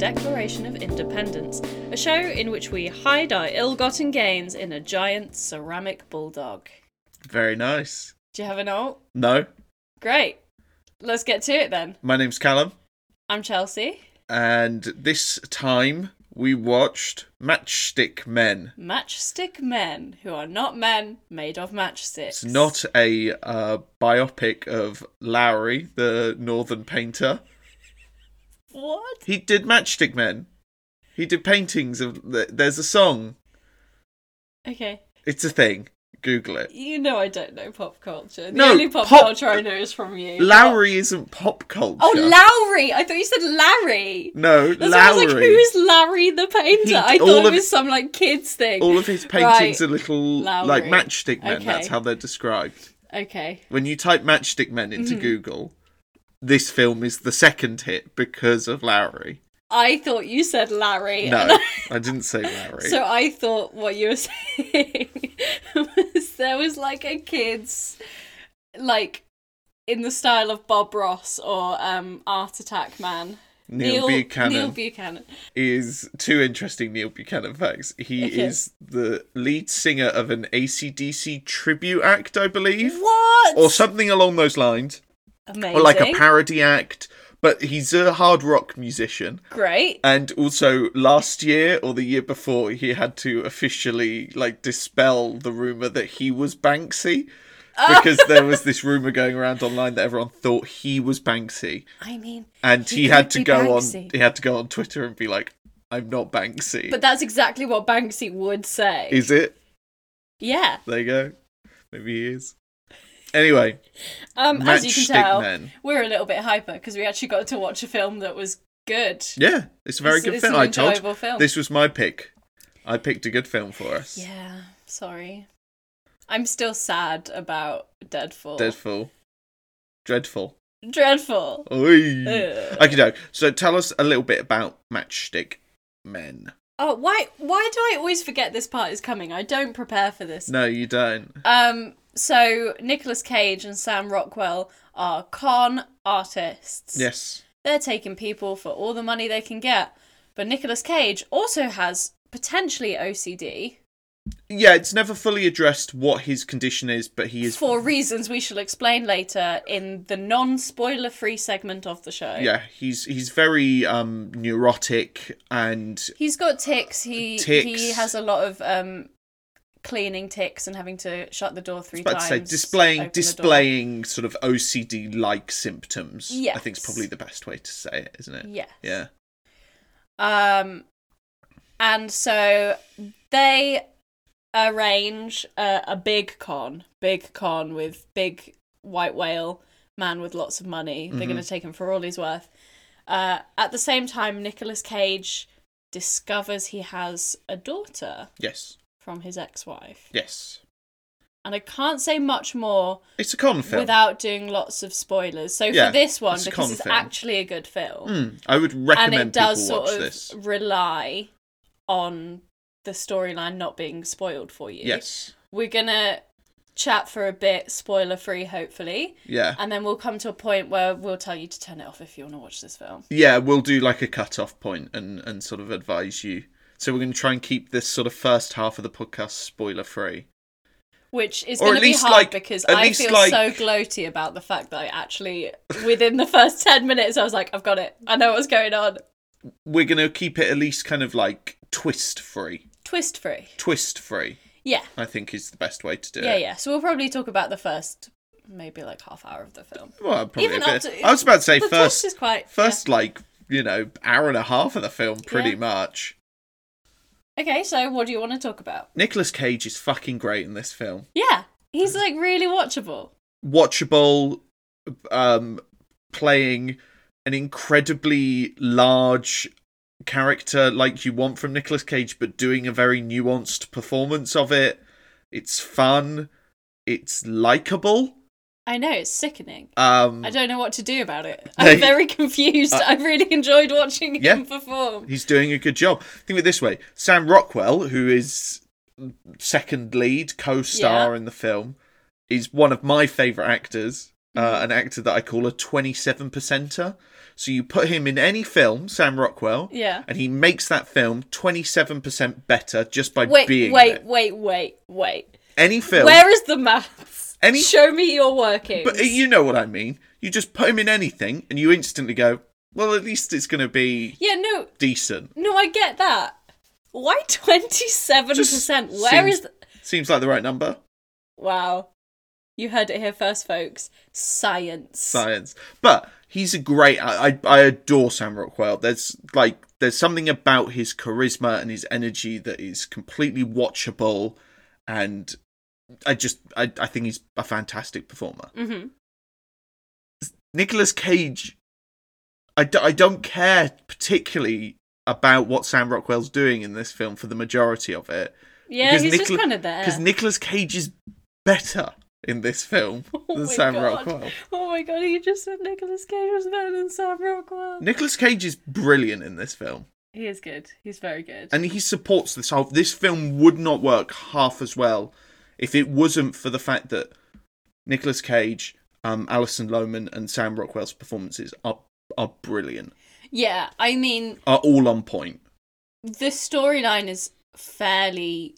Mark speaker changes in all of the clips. Speaker 1: celebration of independence, a show in which we hide our ill gotten gains in a giant ceramic bulldog.
Speaker 2: Very nice.
Speaker 1: Do you have an alt?
Speaker 2: No,
Speaker 1: Great. Let's get to it then.
Speaker 2: my name's Callum,
Speaker 1: I'm Chelsea.
Speaker 2: and this time we watched Matchstick Men.
Speaker 1: Matchstick men who are not men made of matchsticks.
Speaker 2: It's not a uh, biopic of Lowry, the northern painter.
Speaker 1: What?
Speaker 2: He did Matchstick Men. He did paintings of. th- There's a song.
Speaker 1: Okay.
Speaker 2: It's a thing. Google it.
Speaker 1: You know I don't know pop culture. The
Speaker 2: No,
Speaker 1: only pop,
Speaker 2: pop-
Speaker 1: culture I know is from you.
Speaker 2: Lowry isn't pop culture.
Speaker 1: Oh, Lowry! I thought you said Larry.
Speaker 2: No,
Speaker 1: That's why I
Speaker 2: Lowry.
Speaker 1: was like, who is Larry the painter?
Speaker 2: He-
Speaker 1: I
Speaker 2: all
Speaker 1: thought it
Speaker 2: of-
Speaker 1: was some like kids thing.
Speaker 2: All of his paintings are little like
Speaker 1: Lowry.
Speaker 2: matchstick men. That's
Speaker 1: Okay.
Speaker 2: how they're described.
Speaker 1: Okay.
Speaker 2: When you type matchstick men into
Speaker 1: Mm-hmm.
Speaker 2: Google, this film is the second hit because of Lowry.
Speaker 1: I thought you said Larry.
Speaker 2: No, I didn't say Lowry.
Speaker 1: So I thought what you were saying was there was like a kids like in the style of Bob Ross or um Art Attack Man.
Speaker 2: Neil, Buchanan
Speaker 1: Neil Buchanan.
Speaker 2: is two interesting Neil Buchanan facts. He
Speaker 1: Okay.
Speaker 2: is the lead singer of an ACDC tribute act, I believe,
Speaker 1: What?
Speaker 2: or something along those lines,
Speaker 1: Amazing.
Speaker 2: or like a parody act. But he's a hard rock musician.
Speaker 1: Great.
Speaker 2: and also last year or the year before he had to officially like dispel the rumor that he was banksy because there was this rumor going around online that everyone thought he was banksy
Speaker 1: Ah, I mean,
Speaker 2: and he,
Speaker 1: He
Speaker 2: had
Speaker 1: could
Speaker 2: to
Speaker 1: be
Speaker 2: go on
Speaker 1: Banksy.
Speaker 2: he had to go on twitter and be like i'm not banksy
Speaker 1: but that's exactly what Banksy would say.
Speaker 2: is it
Speaker 1: yeah.
Speaker 2: there you go maybe he is anyway
Speaker 1: Um, as you
Speaker 2: Matchstick
Speaker 1: can tell,
Speaker 2: Men.
Speaker 1: we're a little bit hyper because we actually got to watch a film that was good.
Speaker 2: yeah it's a very
Speaker 1: It's-
Speaker 2: good
Speaker 1: it's
Speaker 2: film
Speaker 1: an
Speaker 2: i told
Speaker 1: enjoyable film.
Speaker 2: this was my pick i picked a good film for us
Speaker 1: Yeah, sorry. I'm still sad about Deadfall.
Speaker 2: deadfall dreadful
Speaker 1: Dreadful.
Speaker 2: Oy.
Speaker 1: Ugh.
Speaker 2: Okay, no. So tell us a little bit about Matchstick Men.
Speaker 1: Oh, why why do I always forget this part is coming? I don't prepare for this.
Speaker 2: No, you don't.
Speaker 1: Um so Nicolas Cage and Sam Rockwell are con artists.
Speaker 2: Yes.
Speaker 1: They're taking people for all the money they can get. But Nicolas Cage also has potentially OCD
Speaker 2: Yeah, it's never fully addressed what his condition is, but he is.
Speaker 1: for reasons we shall explain later in the non-spoiler free segment of the show.
Speaker 2: Yeah, he's he's very um neurotic and
Speaker 1: He's got ticks. He
Speaker 2: Ticks.
Speaker 1: he has a lot of um cleaning ticks and having to shut the door three
Speaker 2: about
Speaker 1: times.
Speaker 2: to say displaying
Speaker 1: open the
Speaker 2: displaying sort of OCD like symptoms. I think
Speaker 1: Yes.
Speaker 2: it's probably the best way to say it, isn't it?
Speaker 1: door. Yes.
Speaker 2: Yeah.
Speaker 1: Um, and so they arrange a, a big con, big con with big white whale man with lots of money. They're
Speaker 2: Mm-hmm.
Speaker 1: going to take him for all he's worth. Uh, at the same time, Nicolas Cage discovers he has a daughter
Speaker 2: Yes.
Speaker 1: from his ex-wife,
Speaker 2: Yes.
Speaker 1: and I can't say much more
Speaker 2: It's a con film.
Speaker 1: without doing lots of spoilers. So
Speaker 2: Yeah,
Speaker 1: for this one,
Speaker 2: it's a
Speaker 1: because
Speaker 2: con
Speaker 1: it's
Speaker 2: film.
Speaker 1: actually a good film,
Speaker 2: Mm, I would
Speaker 1: and
Speaker 2: recommend
Speaker 1: it does
Speaker 2: people watch
Speaker 1: sort of
Speaker 2: this.
Speaker 1: rely on the storyline not being spoiled for you.
Speaker 2: Yes.
Speaker 1: We're gonna chat for a bit, spoiler free, hopefully,
Speaker 2: Yeah.
Speaker 1: and then we'll come to a point where we'll tell you to turn it off if you want to watch this film.
Speaker 2: Yeah, we'll do like a cut off point and and sort of advise you. So we're going to try and keep this sort of first half of the podcast spoiler free.
Speaker 1: Which is
Speaker 2: Or
Speaker 1: going
Speaker 2: at
Speaker 1: to be
Speaker 2: least,
Speaker 1: hard
Speaker 2: like-
Speaker 1: because
Speaker 2: at
Speaker 1: I
Speaker 2: least,
Speaker 1: feel
Speaker 2: like-
Speaker 1: so gloaty about the fact that I actually, within the first 10 minutes, I was like, I've got it. I know what's going on.
Speaker 2: We're going to keep it at least kind of like twist free.
Speaker 1: Twist free.
Speaker 2: Twist free,
Speaker 1: Yeah.
Speaker 2: I think, is the best way to do
Speaker 1: Yeah,
Speaker 2: it.
Speaker 1: yeah. So we'll probably talk about the first, maybe like half hour of the film.
Speaker 2: Well, probably
Speaker 1: Even
Speaker 2: a bit.
Speaker 1: up to-
Speaker 2: I was about to say
Speaker 1: the twist
Speaker 2: first,
Speaker 1: is quite
Speaker 2: first like you know hour and a half of the film, pretty
Speaker 1: Yeah.
Speaker 2: much.
Speaker 1: yeah. Okay, so what do you want to talk about?
Speaker 2: Nicolas Cage is fucking great in this film.
Speaker 1: Yeah,
Speaker 2: Hmm.
Speaker 1: he's like really watchable.
Speaker 2: watchable, um, playing an incredibly large character like you want from Nicolas Cage, but doing a very nuanced performance of it. It's fun. It's likable.
Speaker 1: I know it's sickening.
Speaker 2: Um,
Speaker 1: I don't know what to do about it.
Speaker 2: They-
Speaker 1: I'm very confused. I really enjoyed watching him
Speaker 2: Uh, Yeah.
Speaker 1: perform.
Speaker 2: he's doing a good job. Think of it this way: Sam Rockwell, who is second lead co-star
Speaker 1: Yeah.
Speaker 2: in the film, is one of my favorite actors. uh,
Speaker 1: Mm-hmm.
Speaker 2: an actor that I call a 27 percenter. So you put him in any film, Sam Rockwell,
Speaker 1: Yeah.
Speaker 2: and he makes that film 27% better just by
Speaker 1: Wait,
Speaker 2: being
Speaker 1: wait,
Speaker 2: there.
Speaker 1: wait, wait, wait.
Speaker 2: Any film.
Speaker 1: Where is the maths?
Speaker 2: Any-
Speaker 1: Show me your workings.
Speaker 2: But uh, you know what I mean. You just put him in anything and you instantly go, well, at least it's going to be
Speaker 1: Yeah, no,
Speaker 2: decent.
Speaker 1: no, I get that. Why twenty seven
Speaker 2: Just
Speaker 1: percent? Where
Speaker 2: seems-
Speaker 1: is? The...
Speaker 2: Seems like the right number.
Speaker 1: Wow, you heard it here first, folks. Science.
Speaker 2: Science. But he's a great. I, I, I adore Sam Rockwell. There's like, there's something about his charisma and his energy that is completely watchable. And I just, I, I think he's a fantastic performer.
Speaker 1: hmm
Speaker 2: Nicolas Cage, I, d- I don't care particularly about what Sam Rockwell's doing in this film for the majority of it.
Speaker 1: Yeah,
Speaker 2: Because
Speaker 1: he's
Speaker 2: Nicola-
Speaker 1: just kind of there.
Speaker 2: Because Nicolas Cage is better in this film
Speaker 1: Oh
Speaker 2: than
Speaker 1: my
Speaker 2: Sam
Speaker 1: God.
Speaker 2: Rockwell.
Speaker 1: Oh my god, he just said Nicolas Cage was better than Sam Rockwell.
Speaker 2: Nicolas Cage is brilliant in this film.
Speaker 1: He is good. He's very good.
Speaker 2: And he supports this whole this film would not work half as well if it wasn't for the fact that Nicolas Cage, um, Alison Lohman and Sam Rockwell's performances are are brilliant.
Speaker 1: yeah, I mean,
Speaker 2: Are all on point.
Speaker 1: the storyline is fairly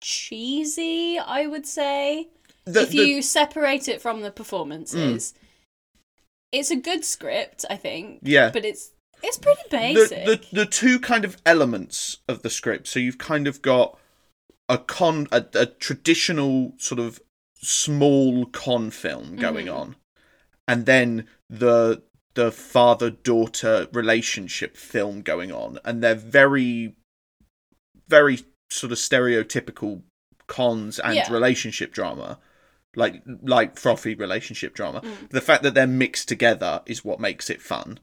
Speaker 1: cheesy, I would say.
Speaker 2: The-
Speaker 1: if
Speaker 2: the- Mm.
Speaker 1: you separate it from the performances, it's a good script, I think.
Speaker 2: Yeah.
Speaker 1: But it's it's pretty basic.
Speaker 2: the, the the two kind of elements of the script. So you've kind of got a con a, a traditional sort of small con film going
Speaker 1: Mm-hmm.
Speaker 2: on, and then the the father daughter relationship film going on, and they're very very sort of stereotypical cons and
Speaker 1: Yeah.
Speaker 2: relationship drama. Like like frothy relationship drama.
Speaker 1: Mm.
Speaker 2: The fact that they're mixed together is what makes it fun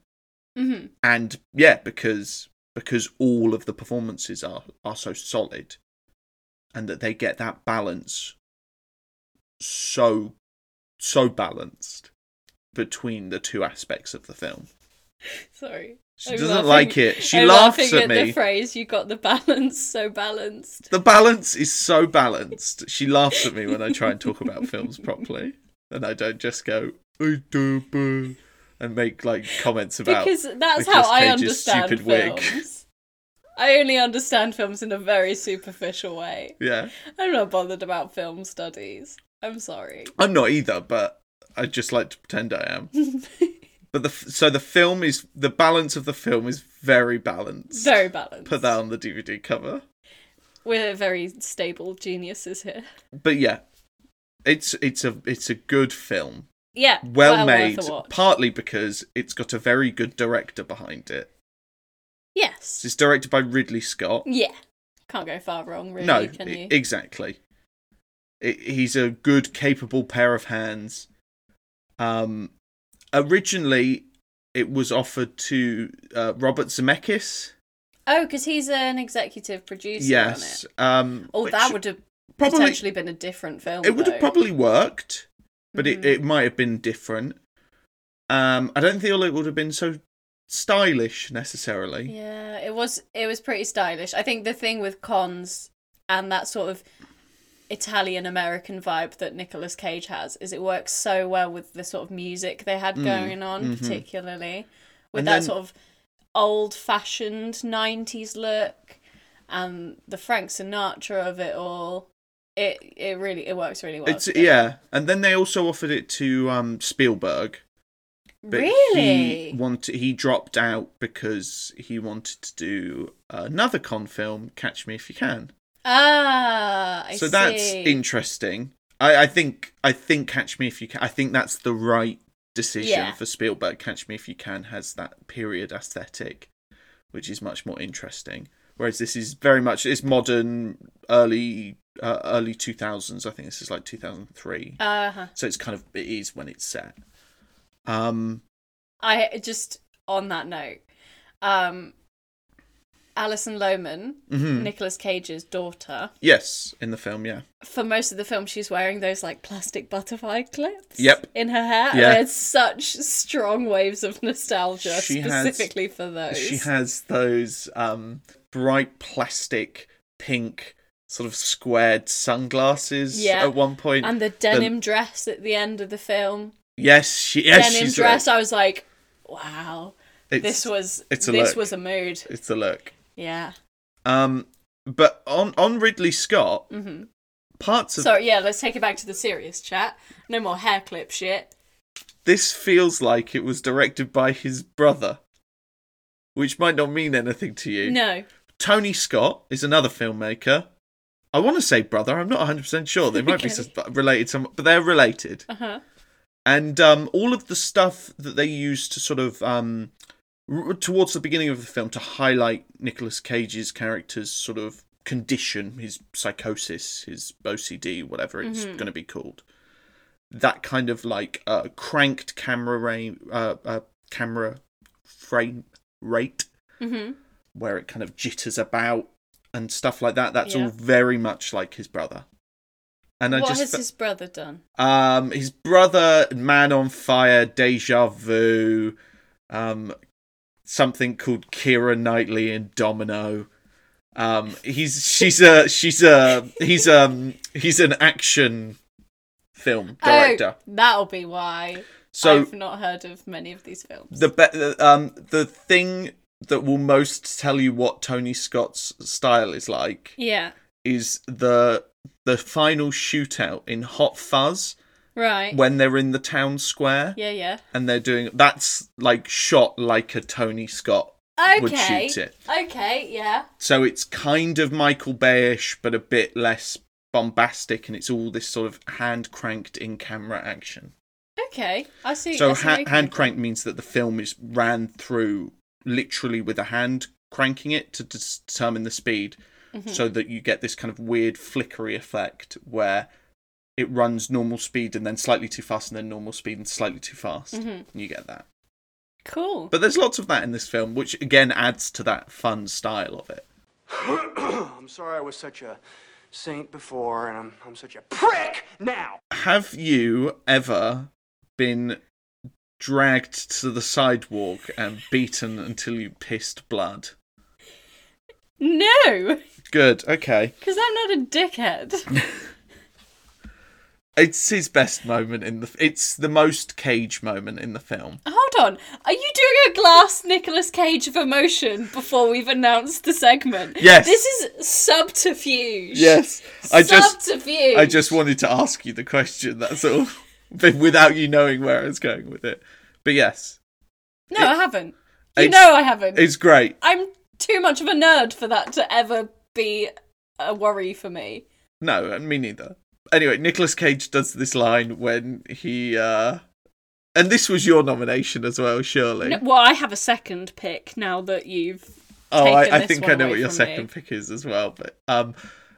Speaker 1: Mhm.
Speaker 2: and yeah because because all of the performances are are so solid and that they get that balance so so balanced between the two aspects of the film
Speaker 1: Sorry.
Speaker 2: she
Speaker 1: I'm
Speaker 2: doesn't
Speaker 1: laughing-
Speaker 2: like it she
Speaker 1: I'm
Speaker 2: laughs
Speaker 1: laughing
Speaker 2: at
Speaker 1: the
Speaker 2: me
Speaker 1: phrase you got the balance so balanced.
Speaker 2: the balance is so balanced she laughs at me when i try and talk about films properly and i don't just go "I do, boo," and make like comments about
Speaker 1: because that's
Speaker 2: Nicolas
Speaker 1: how I
Speaker 2: Cage's
Speaker 1: understand
Speaker 2: stupid wig.
Speaker 1: films. I only understand films in a very superficial way.
Speaker 2: yeah
Speaker 1: I'm not bothered about film studies. I'm sorry.
Speaker 2: I'm not either, but I just like to pretend I am. but the f- so the film is the balance of the film is very balanced.
Speaker 1: Very balanced.
Speaker 2: Put that on the DVD cover.
Speaker 1: We're very stable geniuses here.
Speaker 2: But yeah, it's it's a it's a good film,
Speaker 1: Yeah.
Speaker 2: well,
Speaker 1: well
Speaker 2: made.
Speaker 1: Worth a watch.
Speaker 2: Partly because it's got a very good director behind it.
Speaker 1: yes.
Speaker 2: It's directed by Ridley Scott.
Speaker 1: Yeah. Can't go far wrong, really,
Speaker 2: no,
Speaker 1: can
Speaker 2: e-
Speaker 1: you?
Speaker 2: exactly. I he's a good, capable pair of hands. Um, originally, it was offered to uh, Robert Zemeckis.
Speaker 1: oh, because he's an executive producer
Speaker 2: yes.
Speaker 1: on it.
Speaker 2: Um,
Speaker 1: Oh,
Speaker 2: which
Speaker 1: that would have
Speaker 2: probably-
Speaker 1: potentially been a different film.
Speaker 2: It would have
Speaker 1: though.
Speaker 2: probably worked, but
Speaker 1: Mhm.
Speaker 2: it, it might have been different. Um, I don't feel it would have been so stylish necessarily.
Speaker 1: Yeah, it was it was pretty stylish. I think the thing with cons and that sort of Italian American vibe that Nicolas Cage has is it works so well with the sort of music they had
Speaker 2: Mm,
Speaker 1: going on,
Speaker 2: mhm.
Speaker 1: particularly with
Speaker 2: And
Speaker 1: that
Speaker 2: then-
Speaker 1: sort of old fashioned '90s look and the Frank Sinatra of it all. It it really it works really well.
Speaker 2: It's
Speaker 1: together.
Speaker 2: yeah, and then they also offered it to um, Spielberg. But
Speaker 1: really
Speaker 2: He wanted he dropped out because he wanted to do another con film, Catch Me If You Can.
Speaker 1: ah. I
Speaker 2: so that's
Speaker 1: see.
Speaker 2: interesting. I, I think I think Catch Me If You Can. I think that's the right decision
Speaker 1: Yeah.
Speaker 2: for Spielberg. Catch Me If You Can has that period aesthetic, which is much more interesting. Whereas this is very much it's modern, early uh, early two thousands. I think this is like two thousand three.
Speaker 1: Uh-huh.
Speaker 2: So it's kind of it is when it's set. Um.
Speaker 1: I just on that note, um, Alison Lohman,
Speaker 2: mhm.
Speaker 1: Nicolas Cage's daughter,
Speaker 2: Yes, in the film, yeah.
Speaker 1: for most of the film, she's wearing those like plastic butterfly clips.
Speaker 2: Yep.
Speaker 1: In her hair, and
Speaker 2: Yeah.
Speaker 1: I had such strong waves of nostalgia
Speaker 2: She has-
Speaker 1: specifically for those.
Speaker 2: She has those um bright plastic pink sort of squared sunglasses
Speaker 1: Yeah.
Speaker 2: at one point.
Speaker 1: and the denim dress at the end of the film.
Speaker 2: Yes, she, yes,
Speaker 1: denim
Speaker 2: she's
Speaker 1: dress. I was like, wow,
Speaker 2: there. It's,
Speaker 1: this was
Speaker 2: it's a
Speaker 1: this
Speaker 2: look.
Speaker 1: was a mood.
Speaker 2: it's a look.
Speaker 1: Yeah.
Speaker 2: Um, but on on Ridley Scott,
Speaker 1: hmm
Speaker 2: parts of
Speaker 1: So yeah, let's take it back to the serious chat. No more hair clip shit.
Speaker 2: this feels like it was directed by his brother, which might not mean anything to you.
Speaker 1: No.
Speaker 2: Tony Scott is another filmmaker. I want to say brother. I'm not 100% sure. They might
Speaker 1: Okay.
Speaker 2: be sus- related to, but they're related.
Speaker 1: Uh huh.
Speaker 2: And um, all of the stuff that they use to sort of um, r- towards the beginning of the film to highlight Nicolas Cage's character's sort of condition, his psychosis, his OCD, whatever it's
Speaker 1: Mm-hmm.
Speaker 2: going to be called. That kind of like uh, cranked camera ra- uh, uh, camera frame rate
Speaker 1: hmm
Speaker 2: where it kind of jitters about and stuff like that. That's
Speaker 1: Yeah.
Speaker 2: all very much like his brother. And I
Speaker 1: What
Speaker 2: just
Speaker 1: has
Speaker 2: fe-
Speaker 1: his brother done?
Speaker 2: um his brother Man on Fire, Deja Vu, um something called Kira Knightley and Domino. Um he's she's a she's a he's um he's an action film director.
Speaker 1: Oh, that'll be why
Speaker 2: so
Speaker 1: I've not heard of many of these films.
Speaker 2: the be- the, um the thing that will most tell you what Tony Scott's style is like
Speaker 1: yeah.
Speaker 2: is the the final shootout in Hot Fuzz
Speaker 1: Right.
Speaker 2: when they're in the town square
Speaker 1: yeah. Yeah.
Speaker 2: and they're doing that's like shot like a Tony Scott
Speaker 1: Okay.
Speaker 2: would shoot it.
Speaker 1: Okay. Yeah.
Speaker 2: So it's kind of Michael Bayish but a bit less bombastic and it's all this sort of hand cranked in camera action.
Speaker 1: Okay. I see. I
Speaker 2: So
Speaker 1: see
Speaker 2: ha-
Speaker 1: where you're coming
Speaker 2: hand crank means that the film is ran through literally with a hand cranking it to dis- determine the speed, so that you get this kind of weird flickery effect where it runs normal speed and then slightly too fast and then normal speed and slightly too fast. You get that.
Speaker 1: Cool.
Speaker 2: But there's lots of that in this film, which again adds to that fun style of it.
Speaker 3: I'm sorry I was such a saint before, and I'm, I'm such a prick now.
Speaker 2: Have you ever been dragged to the sidewalk and beaten until you pissed blood?
Speaker 1: no,
Speaker 2: Good, okay.
Speaker 1: because I'm not a dickhead.
Speaker 2: It's his best moment in the. It's the most Cage moment in the film.
Speaker 1: Hold on. Are you doing a glass Nicolas Cage of emotion before we've announced the segment?
Speaker 2: Yes.
Speaker 1: This is subterfuge.
Speaker 2: Yes, I just,
Speaker 1: subterfuge.
Speaker 2: I just wanted to ask you the question. That's all, but without you knowing where I was going with it. But yes,
Speaker 1: No, I haven't. You
Speaker 2: It's-
Speaker 1: know I haven't.
Speaker 2: it's great.
Speaker 1: I'm too much of a nerd for that to ever be a worry for me.
Speaker 2: No, me neither. Anyway, Nicolas Cage does this line when he, uh and this was your nomination as well, surely.
Speaker 1: No, well, I have a second pick now that you've.
Speaker 2: oh,
Speaker 1: taken
Speaker 2: I, I
Speaker 1: this
Speaker 2: think I
Speaker 1: one
Speaker 2: know
Speaker 1: away
Speaker 2: what your
Speaker 1: from
Speaker 2: second
Speaker 1: me.
Speaker 2: pick is as well. But um,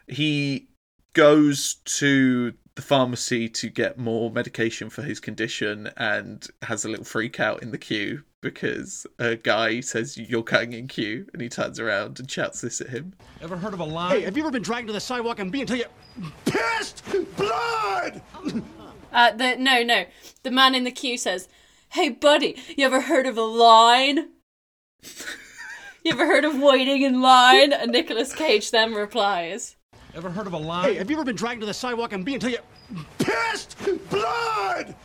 Speaker 2: he goes to the pharmacy to get more medication for his condition and has a little freak out in the queue because a guy says you're cutting in queue and he turns around and shouts this at him
Speaker 4: Ever heard of a line?
Speaker 3: Hey, have you ever been dragged to the sidewalk and beat until you pissed blood?
Speaker 1: Uh, the no, no. The man in the queue says, "Hey, buddy, you ever heard of a line? you ever heard of waiting in line?" And Nicolas Cage then replies,
Speaker 4: Ever heard of a
Speaker 3: Hey,
Speaker 4: line?
Speaker 3: have you ever been dragged to the sidewalk and beat until you pissed blood?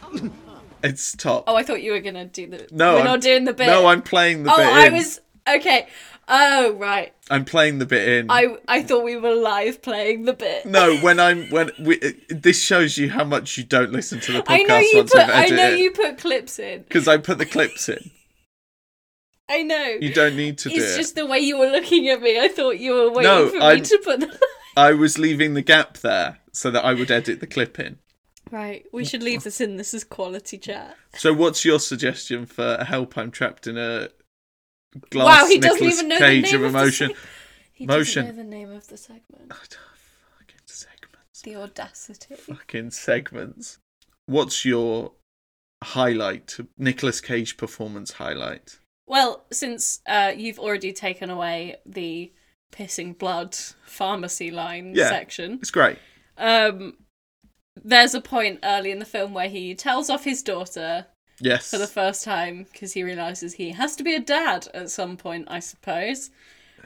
Speaker 2: it's top
Speaker 1: "Oh, I thought you were gonna do the.
Speaker 2: no
Speaker 1: we're
Speaker 2: I'm,
Speaker 1: not doing the bit.
Speaker 2: no i'm playing the
Speaker 1: Oh,
Speaker 2: bit
Speaker 1: I
Speaker 2: in.
Speaker 1: was okay. Oh, right.
Speaker 2: i'm playing the bit in
Speaker 1: I I thought we were live playing the bit.
Speaker 2: no when i'm when we uh, this shows you how much you don't listen to the podcast
Speaker 1: I know you
Speaker 2: once
Speaker 1: put.
Speaker 2: i've
Speaker 1: I
Speaker 2: edited
Speaker 1: know you put clips in.
Speaker 2: because i put the clips in
Speaker 1: I know.
Speaker 2: You don't need to do
Speaker 1: it's
Speaker 2: it.
Speaker 1: just the way you were looking at me. I thought you were waiting
Speaker 2: No,
Speaker 1: for
Speaker 2: I'm-
Speaker 1: me to put the.
Speaker 2: I was leaving the gap there so that I would edit the clip in.
Speaker 1: right, we should leave this in. This is quality chat.
Speaker 2: So, what's your suggestion for help? I'm trapped in a glass
Speaker 1: Wow, he doesn't
Speaker 2: Nicolas
Speaker 1: even know the
Speaker 2: cage
Speaker 1: name
Speaker 2: of
Speaker 1: of the
Speaker 2: emotion.
Speaker 1: se- He
Speaker 2: Motion.
Speaker 1: doesn't know the name of the segment.
Speaker 2: I don't- fucking segments,
Speaker 1: The audacity.
Speaker 2: fucking segments. What's your highlight? Nicolas Cage performance highlight.
Speaker 1: Well, since uh, you've already taken away the pissing blood pharmacy line
Speaker 2: Yeah.
Speaker 1: section,
Speaker 2: It's great.
Speaker 1: um, there's a point early in the film where he tells off his daughter
Speaker 2: Yes.
Speaker 1: for the first time because he realizes he has to be a dad at some point, I suppose.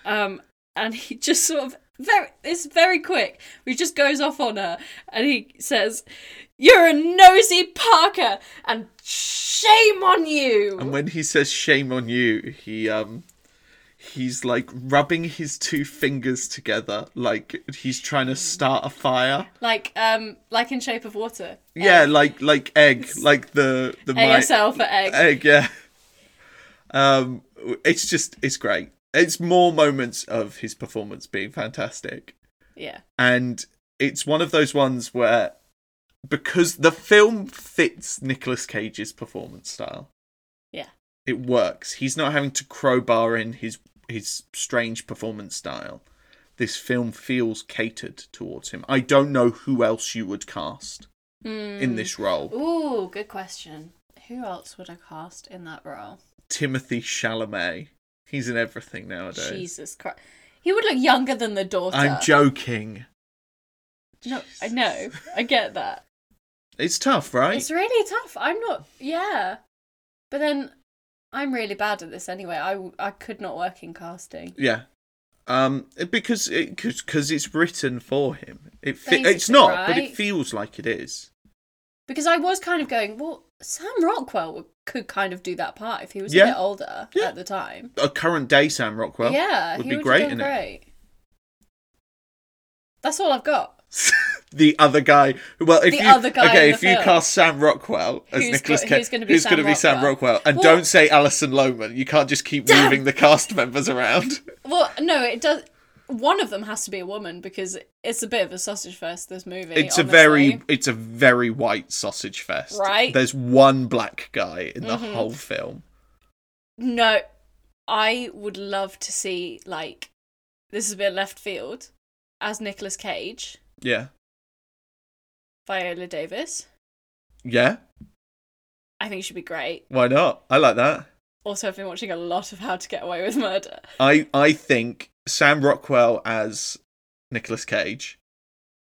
Speaker 1: Um, and he just sort of very it's very quick. He just goes off on her and he says, "You're a nosy Parker, and shame on you."
Speaker 2: And when he says shame on you, he um he's like rubbing his two fingers together like he's trying to start a fire.
Speaker 1: like um, like in Shape of Water.
Speaker 2: Yeah, like like egg, like the the mi-
Speaker 1: ASL for egg.
Speaker 2: egg, yeah. Um it's just it's great. It's more moments of his performance being fantastic.
Speaker 1: Yeah,
Speaker 2: and it's one of those ones where because the film fits Nicolas Cage's performance style,
Speaker 1: yeah,
Speaker 2: it works. He's not having to crowbar in his his strange performance style. This film feels catered towards him. I don't know who else you would cast
Speaker 1: Hmm.
Speaker 2: in this role.
Speaker 1: Ooh, good question. Who else would I cast in that role?
Speaker 2: Timothy Chalamet. He's in everything nowadays.
Speaker 1: Jesus Christ. He would look younger than the daughter.
Speaker 2: I'm joking.
Speaker 1: No, I know. I get that.
Speaker 2: It's tough, right?
Speaker 1: It's really tough. I'm not. Yeah, but then I'm really bad at this anyway. I w- I could not work in casting.
Speaker 2: Yeah. Um, because it because it's written for him. It fe- it's
Speaker 1: Basically,
Speaker 2: not, but
Speaker 1: right?
Speaker 2: it feels like it is.
Speaker 1: Because I was kind of going, well, Sam Rockwell w- could kind of do that part if he was a
Speaker 2: Yeah.
Speaker 1: bit older
Speaker 2: Yeah.
Speaker 1: at the time.
Speaker 2: A current day Sam Rockwell.
Speaker 1: yeah,
Speaker 2: would
Speaker 1: he
Speaker 2: be
Speaker 1: would
Speaker 2: great
Speaker 1: have
Speaker 2: in
Speaker 1: done great. That's all I've got.
Speaker 2: it. the other guy. Well, if
Speaker 1: The
Speaker 2: you
Speaker 1: other guy
Speaker 2: okay,
Speaker 1: in the
Speaker 2: if you
Speaker 1: film.
Speaker 2: cast Sam Rockwell as
Speaker 1: Who's
Speaker 2: Nicholas
Speaker 1: go-
Speaker 2: Cage,
Speaker 1: who's gonna be Sam
Speaker 2: gonna Sam
Speaker 1: Rockwell?
Speaker 2: Rockwell? And
Speaker 1: Well-
Speaker 2: don't say Alison Lohman. You can't just keep
Speaker 1: Damn.
Speaker 2: moving the cast members around.
Speaker 1: Well, no, it does. One of them has to be a woman because it's a bit of a sausage fest. This movie.
Speaker 2: It's a
Speaker 1: honestly.
Speaker 2: very it's a very white sausage fest.
Speaker 1: Right. Mm-hmm.
Speaker 2: There's one black guy in the whole film.
Speaker 1: No, I would love to see like this is a bit left field as Nicolas Cage,
Speaker 2: Yeah.
Speaker 1: Viola Davis.
Speaker 2: Yeah.
Speaker 1: I think she'd be great.
Speaker 2: Why not? I like that.
Speaker 1: Also, I've been watching a lot of How to Get Away with Murder.
Speaker 2: I I think Sam Rockwell as Nicolas Cage.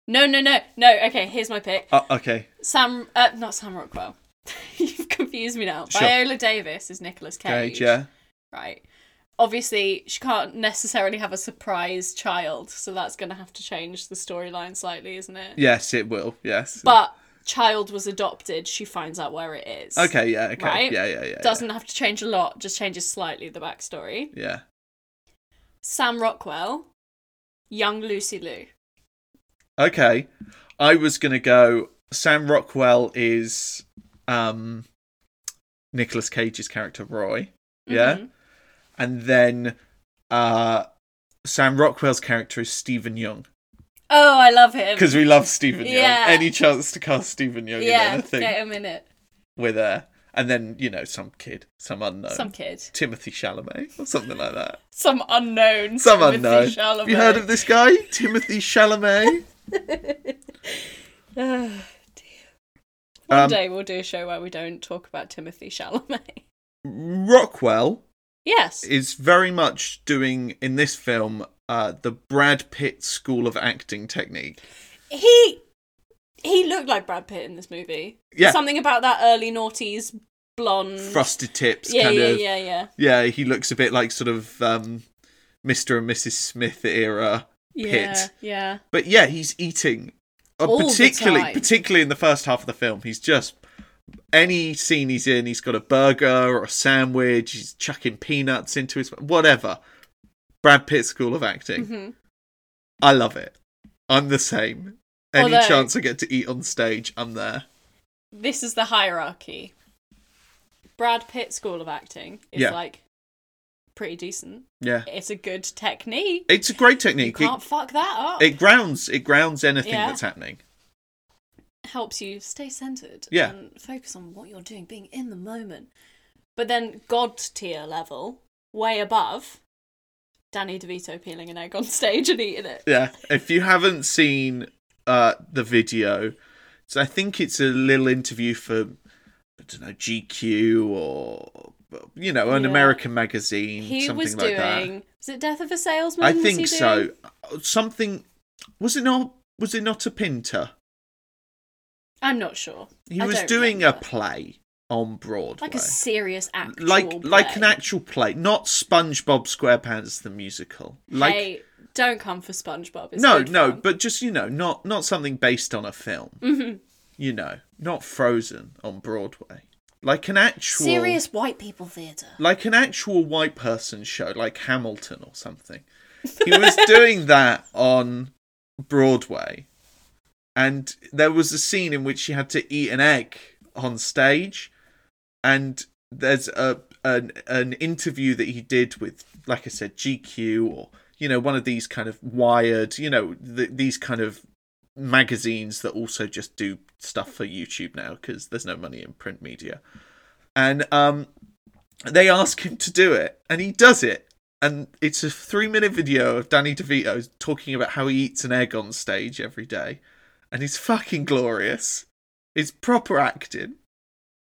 Speaker 1: No, no, no, no. Okay, here's my pick.
Speaker 2: Uh, okay,
Speaker 1: Sam, uh, not Sam Rockwell. You've confused me now.
Speaker 2: Sure.
Speaker 1: Viola Davis is Nicolas Cage.
Speaker 2: Cage. Yeah,
Speaker 1: Right. Obviously, she can't necessarily have a surprise child, so that's going to have to change the storyline slightly, isn't it?
Speaker 2: yes, it will. Yes,
Speaker 1: But child was adopted. She finds out where it is.
Speaker 2: okay, yeah, okay,
Speaker 1: Right?
Speaker 2: yeah, yeah, yeah.
Speaker 1: Doesn't have to change a lot. Just changes slightly the backstory.
Speaker 2: yeah. yeah.
Speaker 1: Sam Rockwell, young Lucy Lou.
Speaker 2: Okay, I was gonna go. Sam Rockwell is um Nicolas Cage's character Roy. Yeah,
Speaker 1: Mhm.
Speaker 2: and then uh Sam Rockwell's character is Stephen Young
Speaker 1: Oh, I love him.
Speaker 2: because we love Stephen Young.
Speaker 1: Yeah.
Speaker 2: Any chance to cast Stephen Young in
Speaker 1: yeah,
Speaker 2: anything,
Speaker 1: get him in it.
Speaker 2: we're there. And then you know some kid, some unknown.
Speaker 1: Some kid,
Speaker 2: Timothy Chalamet or something like that.
Speaker 1: some unknown.
Speaker 2: Some
Speaker 1: Timothy
Speaker 2: unknown.
Speaker 1: Chalamet.
Speaker 2: Have you heard of this guy, Timothy Chalamet?
Speaker 1: One
Speaker 2: Um,
Speaker 1: day we'll do a show where we don't talk about Timothy Chalamet.
Speaker 2: Rockwell
Speaker 1: yes.
Speaker 2: is very much doing in this film uh, the Brad Pitt school of acting technique.
Speaker 1: he he looked like Brad Pitt in this movie.
Speaker 2: Yeah.
Speaker 1: Something about that early noughties blonde.
Speaker 2: Frosted tips,
Speaker 1: yeah,
Speaker 2: kind
Speaker 1: yeah,
Speaker 2: of.
Speaker 1: yeah, yeah,
Speaker 2: Yeah, he looks a bit like sort of um, Mr. and Mrs. Smith era
Speaker 1: yeah,
Speaker 2: Pitt.
Speaker 1: yeah.
Speaker 2: But yeah, he's eating. Uh,
Speaker 1: All the
Speaker 2: particularly,
Speaker 1: time.
Speaker 2: particularly in the first half of the film, he's just any scene he's in, he's got a burger or a sandwich. He's chucking peanuts into his whatever. Brad Pitt school of acting.
Speaker 1: Mhm.
Speaker 2: I love it. I'm the same. Any
Speaker 1: Although-
Speaker 2: chance I get to eat on stage, I'm there.
Speaker 1: This is the hierarchy. Brad Pitt school of acting is
Speaker 2: Yeah.
Speaker 1: like pretty decent.
Speaker 2: Yeah,
Speaker 1: It's a good technique.
Speaker 2: it's a great
Speaker 1: You
Speaker 2: technique.
Speaker 1: can't
Speaker 2: It,
Speaker 1: fuck that up.
Speaker 2: it grounds. It grounds anything
Speaker 1: Yeah.
Speaker 2: that's happening.
Speaker 1: helps you stay centered
Speaker 2: Yeah.
Speaker 1: and focus on what you're doing, being in the moment. But then God tier level, way above, Danny DeVito peeling an egg on stage and eating it.
Speaker 2: Yeah. If you haven't seen uh, the video, so I think it's a little interview for I don't know GQ or you know an
Speaker 1: Yeah.
Speaker 2: American magazine.
Speaker 1: He
Speaker 2: something
Speaker 1: was
Speaker 2: like
Speaker 1: doing
Speaker 2: That.
Speaker 1: was it Death of a Salesman?
Speaker 2: I
Speaker 1: was
Speaker 2: think
Speaker 1: he
Speaker 2: so.
Speaker 1: doing?
Speaker 2: Something was it not? Was it not a Pinter?
Speaker 1: I'm not sure.
Speaker 2: He
Speaker 1: I
Speaker 2: was
Speaker 1: don't
Speaker 2: doing
Speaker 1: remember.
Speaker 2: a play on Broadway.
Speaker 1: like a serious act.
Speaker 2: like like an actual play, not SpongeBob SquarePants the musical. Like
Speaker 1: hey, Don't come for SpongeBob. It's
Speaker 2: no,
Speaker 1: good
Speaker 2: no,
Speaker 1: fun.
Speaker 2: but just you know, not not something based on a film.
Speaker 1: Mm-hmm.
Speaker 2: You know, not Frozen on Broadway, like an actual
Speaker 1: serious white people theatre.
Speaker 2: like an actual white person show, like Hamilton or something. He was doing that on Broadway, and there was a scene in which he had to eat an egg on stage, and there's a an an interview that he did with, like I said, GQ or you know one of these kind of Wired, you know th- these kind of magazines that also just do stuff for YouTube now because there's no money in print media, and um they ask him to do it, and he does it. And it's a three minute video of Danny DeVito talking about how he eats an egg on stage every day. And he's fucking glorious. It's proper acting.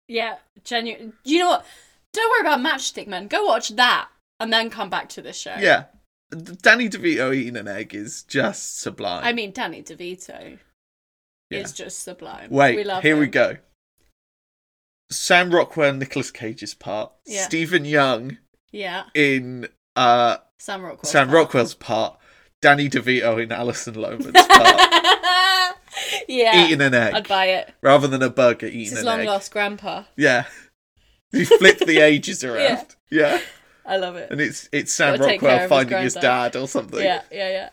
Speaker 1: Yeah, genuine. You know what? Don't worry about Matchstick Men. Go watch that and then come back to this show.
Speaker 2: Yeah. Danny DeVito eating an egg is just sublime.
Speaker 1: I mean, Danny DeVito
Speaker 2: Yeah.
Speaker 1: is just sublime.
Speaker 2: Wait,
Speaker 1: we love
Speaker 2: here we
Speaker 1: him.
Speaker 2: go. Sam Rockwell, Nicolas Cage's part.
Speaker 1: Yeah.
Speaker 2: Stephen Young
Speaker 1: Yeah,
Speaker 2: in uh,
Speaker 1: Sam Rockwell.
Speaker 2: Sam Rockwell's part. Danny DeVito in Alison Loman's part.
Speaker 1: yeah,
Speaker 2: eating an egg.
Speaker 1: I'd buy it.
Speaker 2: rather than a burger
Speaker 1: It's
Speaker 2: eating
Speaker 1: his
Speaker 2: an
Speaker 1: long
Speaker 2: egg.
Speaker 1: lost grandpa.
Speaker 2: Yeah. You flip the ages around. Yeah.
Speaker 1: I love it.
Speaker 2: And it's it's Sam
Speaker 1: Gotta take care of
Speaker 2: Rockwell
Speaker 1: his
Speaker 2: finding his
Speaker 1: granddad.
Speaker 2: dad or something.
Speaker 1: Yeah, yeah, yeah.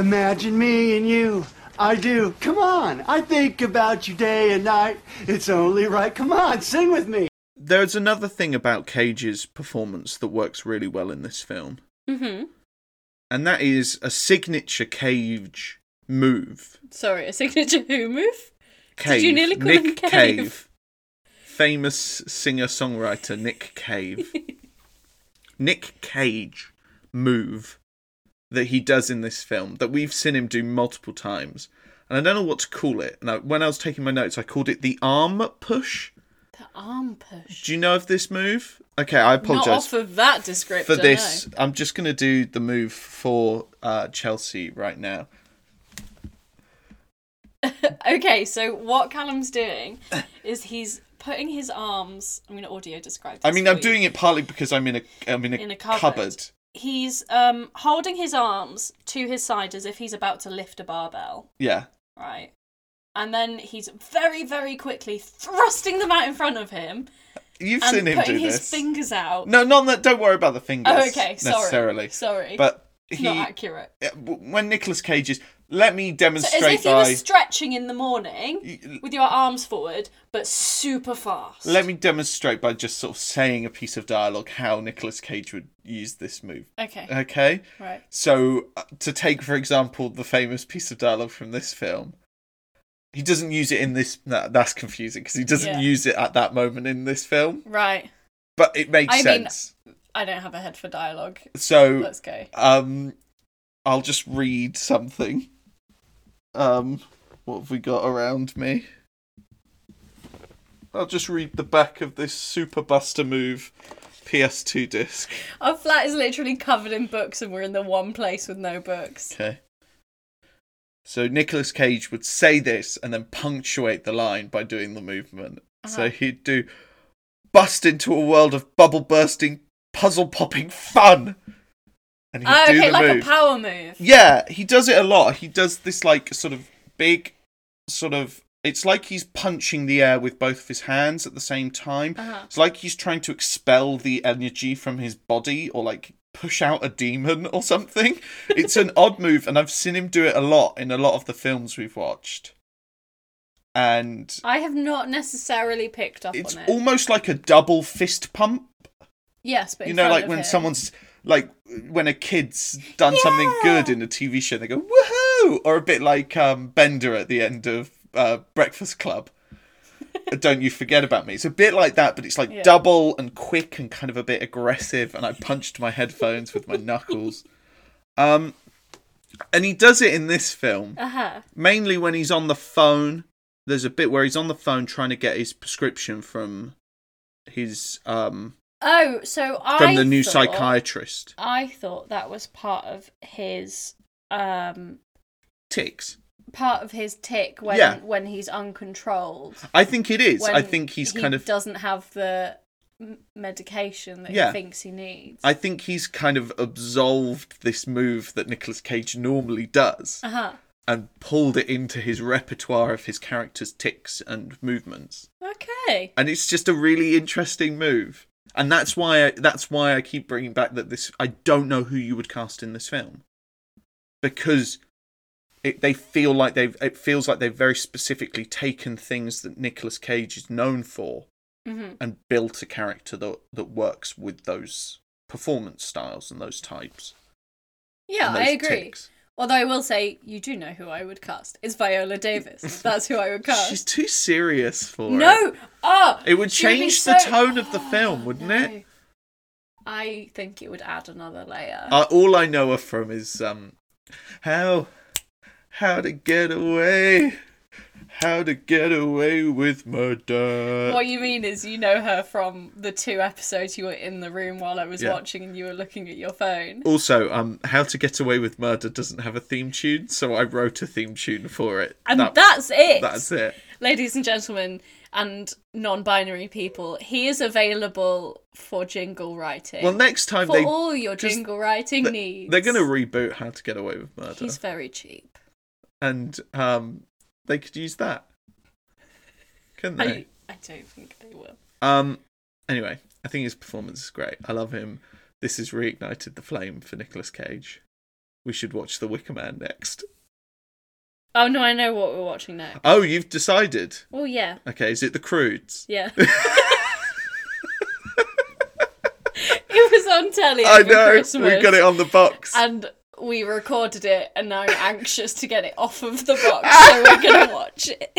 Speaker 3: Imagine me and you. I do. Come on. I think about you day and night. It's only right. Come on, sing with me.
Speaker 2: There's another thing about Cage's performance that works really well in this film.
Speaker 1: Mm-hmm.
Speaker 2: And that is a signature Cage move.
Speaker 1: Sorry, a signature Who move?
Speaker 2: Cave.
Speaker 1: Did you nearly call
Speaker 2: Nick
Speaker 1: him Cave?
Speaker 2: Famous singer songwriter Nick Cave. Nick Cage move that he does in this film that we've seen him do multiple times. And I don't know what to call it. And I, when I was taking my notes, I called it the arm push.
Speaker 1: The arm push.
Speaker 2: Do you know of this move? Okay, I
Speaker 1: Not
Speaker 2: apologize
Speaker 1: off of that descriptor.
Speaker 2: for
Speaker 1: no.
Speaker 2: this. I'm just going to do the move for uh, Chelsea right now.
Speaker 1: Okay, so what Callum's doing is he's putting his arms. I'm going to audio describe. This
Speaker 2: I mean, I'm
Speaker 1: for you.
Speaker 2: doing it partly because I'm in a I'm in a,
Speaker 1: In a cupboard.
Speaker 2: cupboard.
Speaker 1: He's um holding his arms to his side as if he's about to lift a barbell,
Speaker 2: Yeah.
Speaker 1: right? And then he's very, very quickly thrusting them out in front of him
Speaker 2: You've
Speaker 1: and
Speaker 2: seen him
Speaker 1: putting
Speaker 2: do
Speaker 1: his
Speaker 2: this.
Speaker 1: fingers out.
Speaker 2: No, not that. Don't worry about the fingers.
Speaker 1: oh, okay. Sorry.
Speaker 2: Necessarily.
Speaker 1: Sorry.
Speaker 2: But
Speaker 1: it's
Speaker 2: he
Speaker 1: not accurate.
Speaker 2: Yeah, w- when Nicolas Cage is let me
Speaker 1: So as if
Speaker 2: demonstrate
Speaker 1: you
Speaker 2: by
Speaker 1: were stretching in the morning
Speaker 2: Y-
Speaker 1: with your arms forward, but super fast.
Speaker 2: let me demonstrate by just sort of saying a piece of dialogue how Nicolas Cage would use this move.
Speaker 1: Okay.
Speaker 2: Okay?
Speaker 1: right.
Speaker 2: So uh, to take for example the famous piece of dialogue from this film he doesn't use it in this that, that's confusing because he doesn't
Speaker 1: Yeah.
Speaker 2: use it at that moment in this film
Speaker 1: Right.
Speaker 2: but it makes
Speaker 1: I mean-
Speaker 2: sense.
Speaker 1: I don't have a head for dialogue.
Speaker 2: so
Speaker 1: Let's go.
Speaker 2: Um, I'll just read something. Um, what have we got around me? I'll just read the back of this Super Buster Move PS2 disc.
Speaker 1: Our flat is literally covered in books, and we're in the one place with no books.
Speaker 2: Okay. So Nicolas Cage would say this and then punctuate the line by doing the movement.
Speaker 1: Uh-huh.
Speaker 2: So he'd do bust into a world of bubble bursting, puzzle popping fun. And he'd
Speaker 1: Oh,
Speaker 2: do
Speaker 1: okay,
Speaker 2: the
Speaker 1: like
Speaker 2: move.
Speaker 1: a power move.
Speaker 2: Yeah, he does it a lot. He does this like sort of big, sort of. It's like he's punching the air with both of his hands at the same time.
Speaker 1: Uh-huh.
Speaker 2: It's like he's trying to expel the energy from his body or like push out a demon or something. It's an odd move, and I've seen him do it a lot in a lot of the films we've watched. And
Speaker 1: I have not necessarily picked up
Speaker 2: it's
Speaker 1: on it.
Speaker 2: almost like a double fist pump
Speaker 1: yes, but
Speaker 2: you
Speaker 1: in
Speaker 2: know,
Speaker 1: front
Speaker 2: like
Speaker 1: of
Speaker 2: when
Speaker 1: him.
Speaker 2: someone's like when a kid's done something
Speaker 1: Yeah.
Speaker 2: good in a TV show, they go woohoo, or a bit like um, Bender at the end of uh, Breakfast Club. Don't you forget about me? It's a bit like that, but it's like
Speaker 1: Yeah.
Speaker 2: double and quick and kind of a bit aggressive. And I punched my headphones with my knuckles. Um, and he does it in this film
Speaker 1: Uh-huh.
Speaker 2: mainly when he's on the phone. There's a bit where he's on the phone trying to get his prescription from his um
Speaker 1: Oh, so I
Speaker 2: from the new
Speaker 1: thought-
Speaker 2: psychiatrist.
Speaker 1: I thought that was part of his um
Speaker 2: Ticks.
Speaker 1: part of his tick when
Speaker 2: Yeah.
Speaker 1: when he's uncontrolled.
Speaker 2: I think it is.
Speaker 1: When
Speaker 2: I think he's
Speaker 1: he
Speaker 2: kind of
Speaker 1: doesn't have the m- medication that he
Speaker 2: Yeah.
Speaker 1: thinks he needs.
Speaker 2: I think he's kind of absolved this move that Nicolas Cage normally does
Speaker 1: Uh huh.
Speaker 2: and pulled it into his repertoire of his character's ticks and movements.
Speaker 1: Okay.
Speaker 2: And it's just a really interesting move. And that's why I, that's why I keep bringing back that this I don't know who you would cast in this film because it, they feel like they've it feels like they've very specifically taken things that Nicolas Cage is known for
Speaker 1: hmm
Speaker 2: and built a character that that works with those performance styles and those types.
Speaker 1: Yeah,
Speaker 2: and
Speaker 1: I
Speaker 2: those
Speaker 1: agree.
Speaker 2: ticks.
Speaker 1: Although I will say, you do know who I would cast. It's Viola Davis. That's who I would cast.
Speaker 2: She's too serious for it.
Speaker 1: no. Oh,
Speaker 2: It would
Speaker 1: she be
Speaker 2: change the
Speaker 1: so- Oh,
Speaker 2: tone of the film, wouldn't
Speaker 1: No.
Speaker 2: it?
Speaker 1: I think it would add another layer.
Speaker 2: Uh, all I know her from is um, how how to get away, how to get away with murder.
Speaker 1: what you mean is you know her from the two episodes you were in the room while I was
Speaker 2: Yeah.
Speaker 1: watching and you were looking at your phone.
Speaker 2: Also, um, how to get away with murder doesn't have a theme tune, so I wrote a theme tune for it.
Speaker 1: And
Speaker 2: That-
Speaker 1: that's it.
Speaker 2: that's it.
Speaker 1: Ladies and gentlemen and non binary people, he is available for jingle writing.
Speaker 2: Well, next time
Speaker 1: for
Speaker 2: they
Speaker 1: all your
Speaker 2: 'cause
Speaker 1: jingle writing
Speaker 2: they-
Speaker 1: needs.
Speaker 2: They're going to reboot How to Get Away with Murder,
Speaker 1: He's very cheap.
Speaker 2: and um, they could use that, couldn't they?
Speaker 1: I, I don't think they will.
Speaker 2: Um, anyway, I think his performance is great. I love him. This has reignited the flame for Nicolas Cage. We should watch The Wicker Man next.
Speaker 1: Oh no, I know what we're watching now.
Speaker 2: Oh, you've decided.
Speaker 1: Oh yeah,
Speaker 2: Okay, is it The Crudes?
Speaker 1: yeah. it was on telly.
Speaker 2: I
Speaker 1: over
Speaker 2: know
Speaker 1: Christmas,
Speaker 2: we got it on the box.
Speaker 1: and we recorded it, and now I'm anxious to get it off of the box, so we're gonna watch it.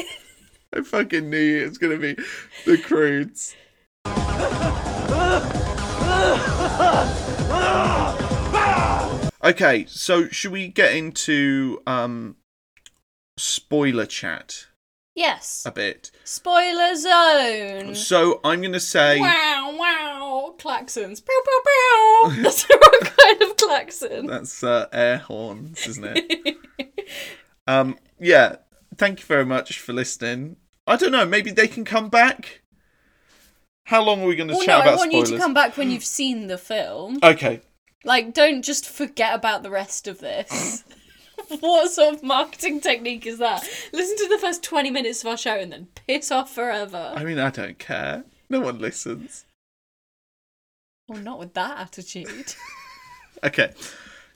Speaker 2: I fucking knew it was gonna be The Crudes. okay, so should we get into um spoiler chat
Speaker 1: Yes.
Speaker 2: a bit?
Speaker 1: Spoiler zone.
Speaker 2: So Oh. I'm gonna say
Speaker 1: Mm. Wow, wow, klaxons. Pew, pew, pew. That's the wrong kind of klaxon.
Speaker 2: That's uh, air horns, isn't it? um, yeah. Thank you very much for listening. I don't know. Maybe they can come back. How long are we going to
Speaker 1: Well, no,
Speaker 2: chat
Speaker 1: I
Speaker 2: about
Speaker 1: want
Speaker 2: spoilers?
Speaker 1: you to come back when you've seen the film.
Speaker 2: Okay.
Speaker 1: Like, don't just forget about the rest of this. what sort of marketing technique is that? Listen to the first 20 minutes of our show and then piss off forever.
Speaker 2: I mean, I don't care. No one listens.
Speaker 1: Well, not with that attitude.
Speaker 2: Okay.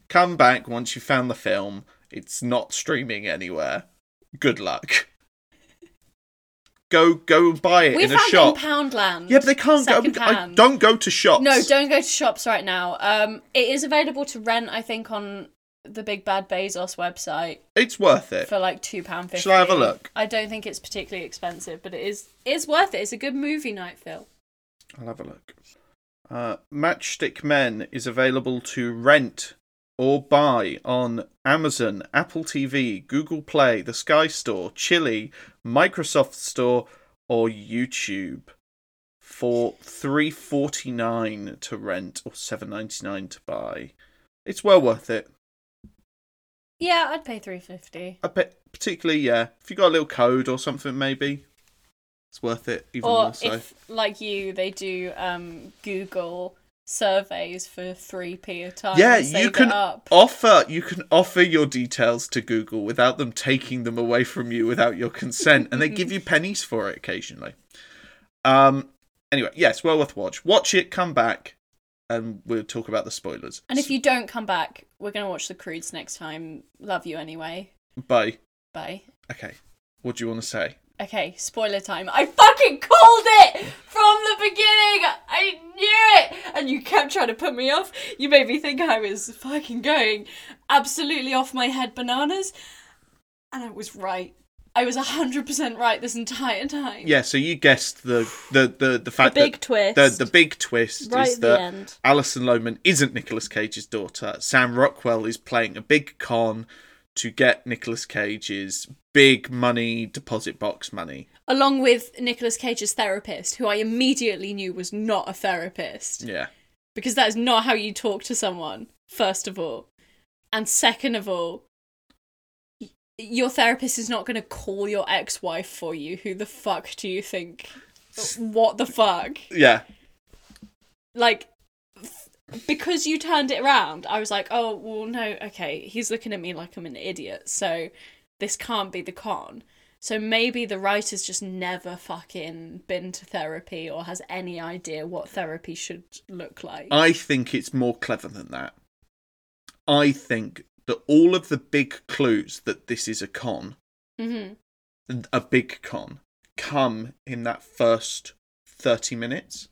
Speaker 2: Come back once you found the film. It's not streaming anywhere. Good luck. Go go buy it
Speaker 1: we
Speaker 2: in a
Speaker 1: found
Speaker 2: shop.
Speaker 1: it in Poundland.
Speaker 2: yeah, but they can't go. I,
Speaker 1: secondhand.
Speaker 2: don't go to shops.
Speaker 1: No, don't go to shops right now. Um, it is available to rent, I think, on the Big Bad Bezos website
Speaker 2: It's worth it.
Speaker 1: for like two pound fifty.
Speaker 2: Eh, Shall I have a look?
Speaker 1: I don't think it's particularly expensive, but it is it's worth it. It's a good movie night, Phil.
Speaker 2: I'll have a look. Uh, Matchstick Men is available to rent or buy on Amazon, Apple TV, Google Play, the Sky Store, Chili, Microsoft Store, or YouTube for three forty nine to rent or seven ninety nine to buy. It's well worth it.
Speaker 1: Yeah, I'd pay three fifty.
Speaker 2: I bet, particularly, yeah, if you got a little code or something, maybe it's worth it. Even
Speaker 1: Or
Speaker 2: more so.
Speaker 1: if like you, they do um Google surveys for three p a time.
Speaker 2: yeah
Speaker 1: and save
Speaker 2: you
Speaker 1: it
Speaker 2: can
Speaker 1: up.
Speaker 2: offer you can offer your details to google without them taking them away from you without your consent and they give you pennies for it occasionally um anyway yes well worth a watch watch it come back and we'll talk about the spoilers
Speaker 1: And if you don't come back, we're gonna watch the Crudes next time. Love you anyway.
Speaker 2: bye
Speaker 1: Bye.
Speaker 2: okay what do you want to say
Speaker 1: Okay, spoiler time. I fucking called it from the beginning. I knew it, and you kept trying to put me off. You made me think I was fucking going absolutely off my head bananas, and I was right. I was hundred percent right this entire time.
Speaker 2: yeah so you guessed the the the, the fact
Speaker 1: big
Speaker 2: that
Speaker 1: twist.
Speaker 2: the, the big twist
Speaker 1: Right
Speaker 2: is
Speaker 1: at the
Speaker 2: that
Speaker 1: end.
Speaker 2: Alison Lohman isn't Nicolas Cage's daughter. Sam Rockwell is playing a big con to get Nicolas Cage's big money deposit box money.
Speaker 1: Along with Nicolas Cage's therapist, who I immediately knew was not a therapist,
Speaker 2: Yeah.
Speaker 1: because that is not how you talk to someone. First of all, and second of all, y- your therapist is not going to call your ex-wife for you. Who the fuck do you think? What the fuck?
Speaker 2: Yeah.
Speaker 1: like because you turned it around, I was like, oh well, no, okay, he's looking at me like I'm an idiot, so this can't be the con. So maybe the writer's just never fucking been to therapy or has any idea what therapy should look like.
Speaker 2: I think it's more clever than that. I think that all of the big clues that this is a con,
Speaker 1: Mhm.
Speaker 2: a big con, come in that first 30 minutes.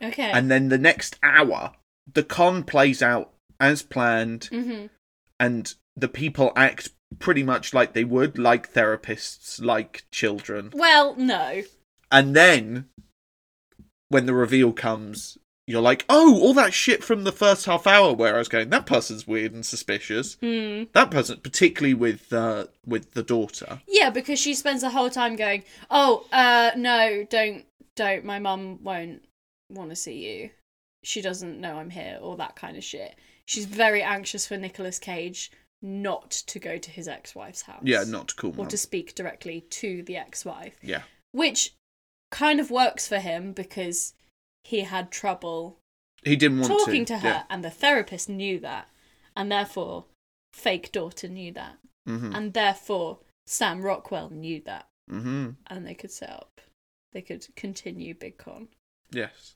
Speaker 1: Okay.
Speaker 2: And then the next hour, the con plays out as planned
Speaker 1: hmm
Speaker 2: and the people act pretty much like they would, like therapists, like children.
Speaker 1: Well, no.
Speaker 2: And then when the reveal comes, you're like, oh, all that shit from the first half hour where I was going, that person's weird and suspicious.
Speaker 1: Mm.
Speaker 2: That person, particularly with uh, with the daughter,
Speaker 1: Yeah, because she spends the whole time going, "Oh, uh, no, don't, don't. My mum won't want to see you. She doesn't know I'm here, or that kind of shit." She's very anxious for Nicolas Cage not to go to his ex-wife's house.
Speaker 2: yeah, not cool
Speaker 1: or
Speaker 2: mum,
Speaker 1: to speak directly to the ex-wife.
Speaker 2: yeah,
Speaker 1: which kind of works for him because he had trouble
Speaker 2: he didn't want
Speaker 1: talking to,
Speaker 2: to
Speaker 1: her, and the therapist knew that, and therefore fake daughter knew that,
Speaker 2: Yeah. hmm
Speaker 1: and therefore Sam Rockwell knew that,
Speaker 2: hmm
Speaker 1: and they could set up, they could continue Big Con.
Speaker 2: Yes,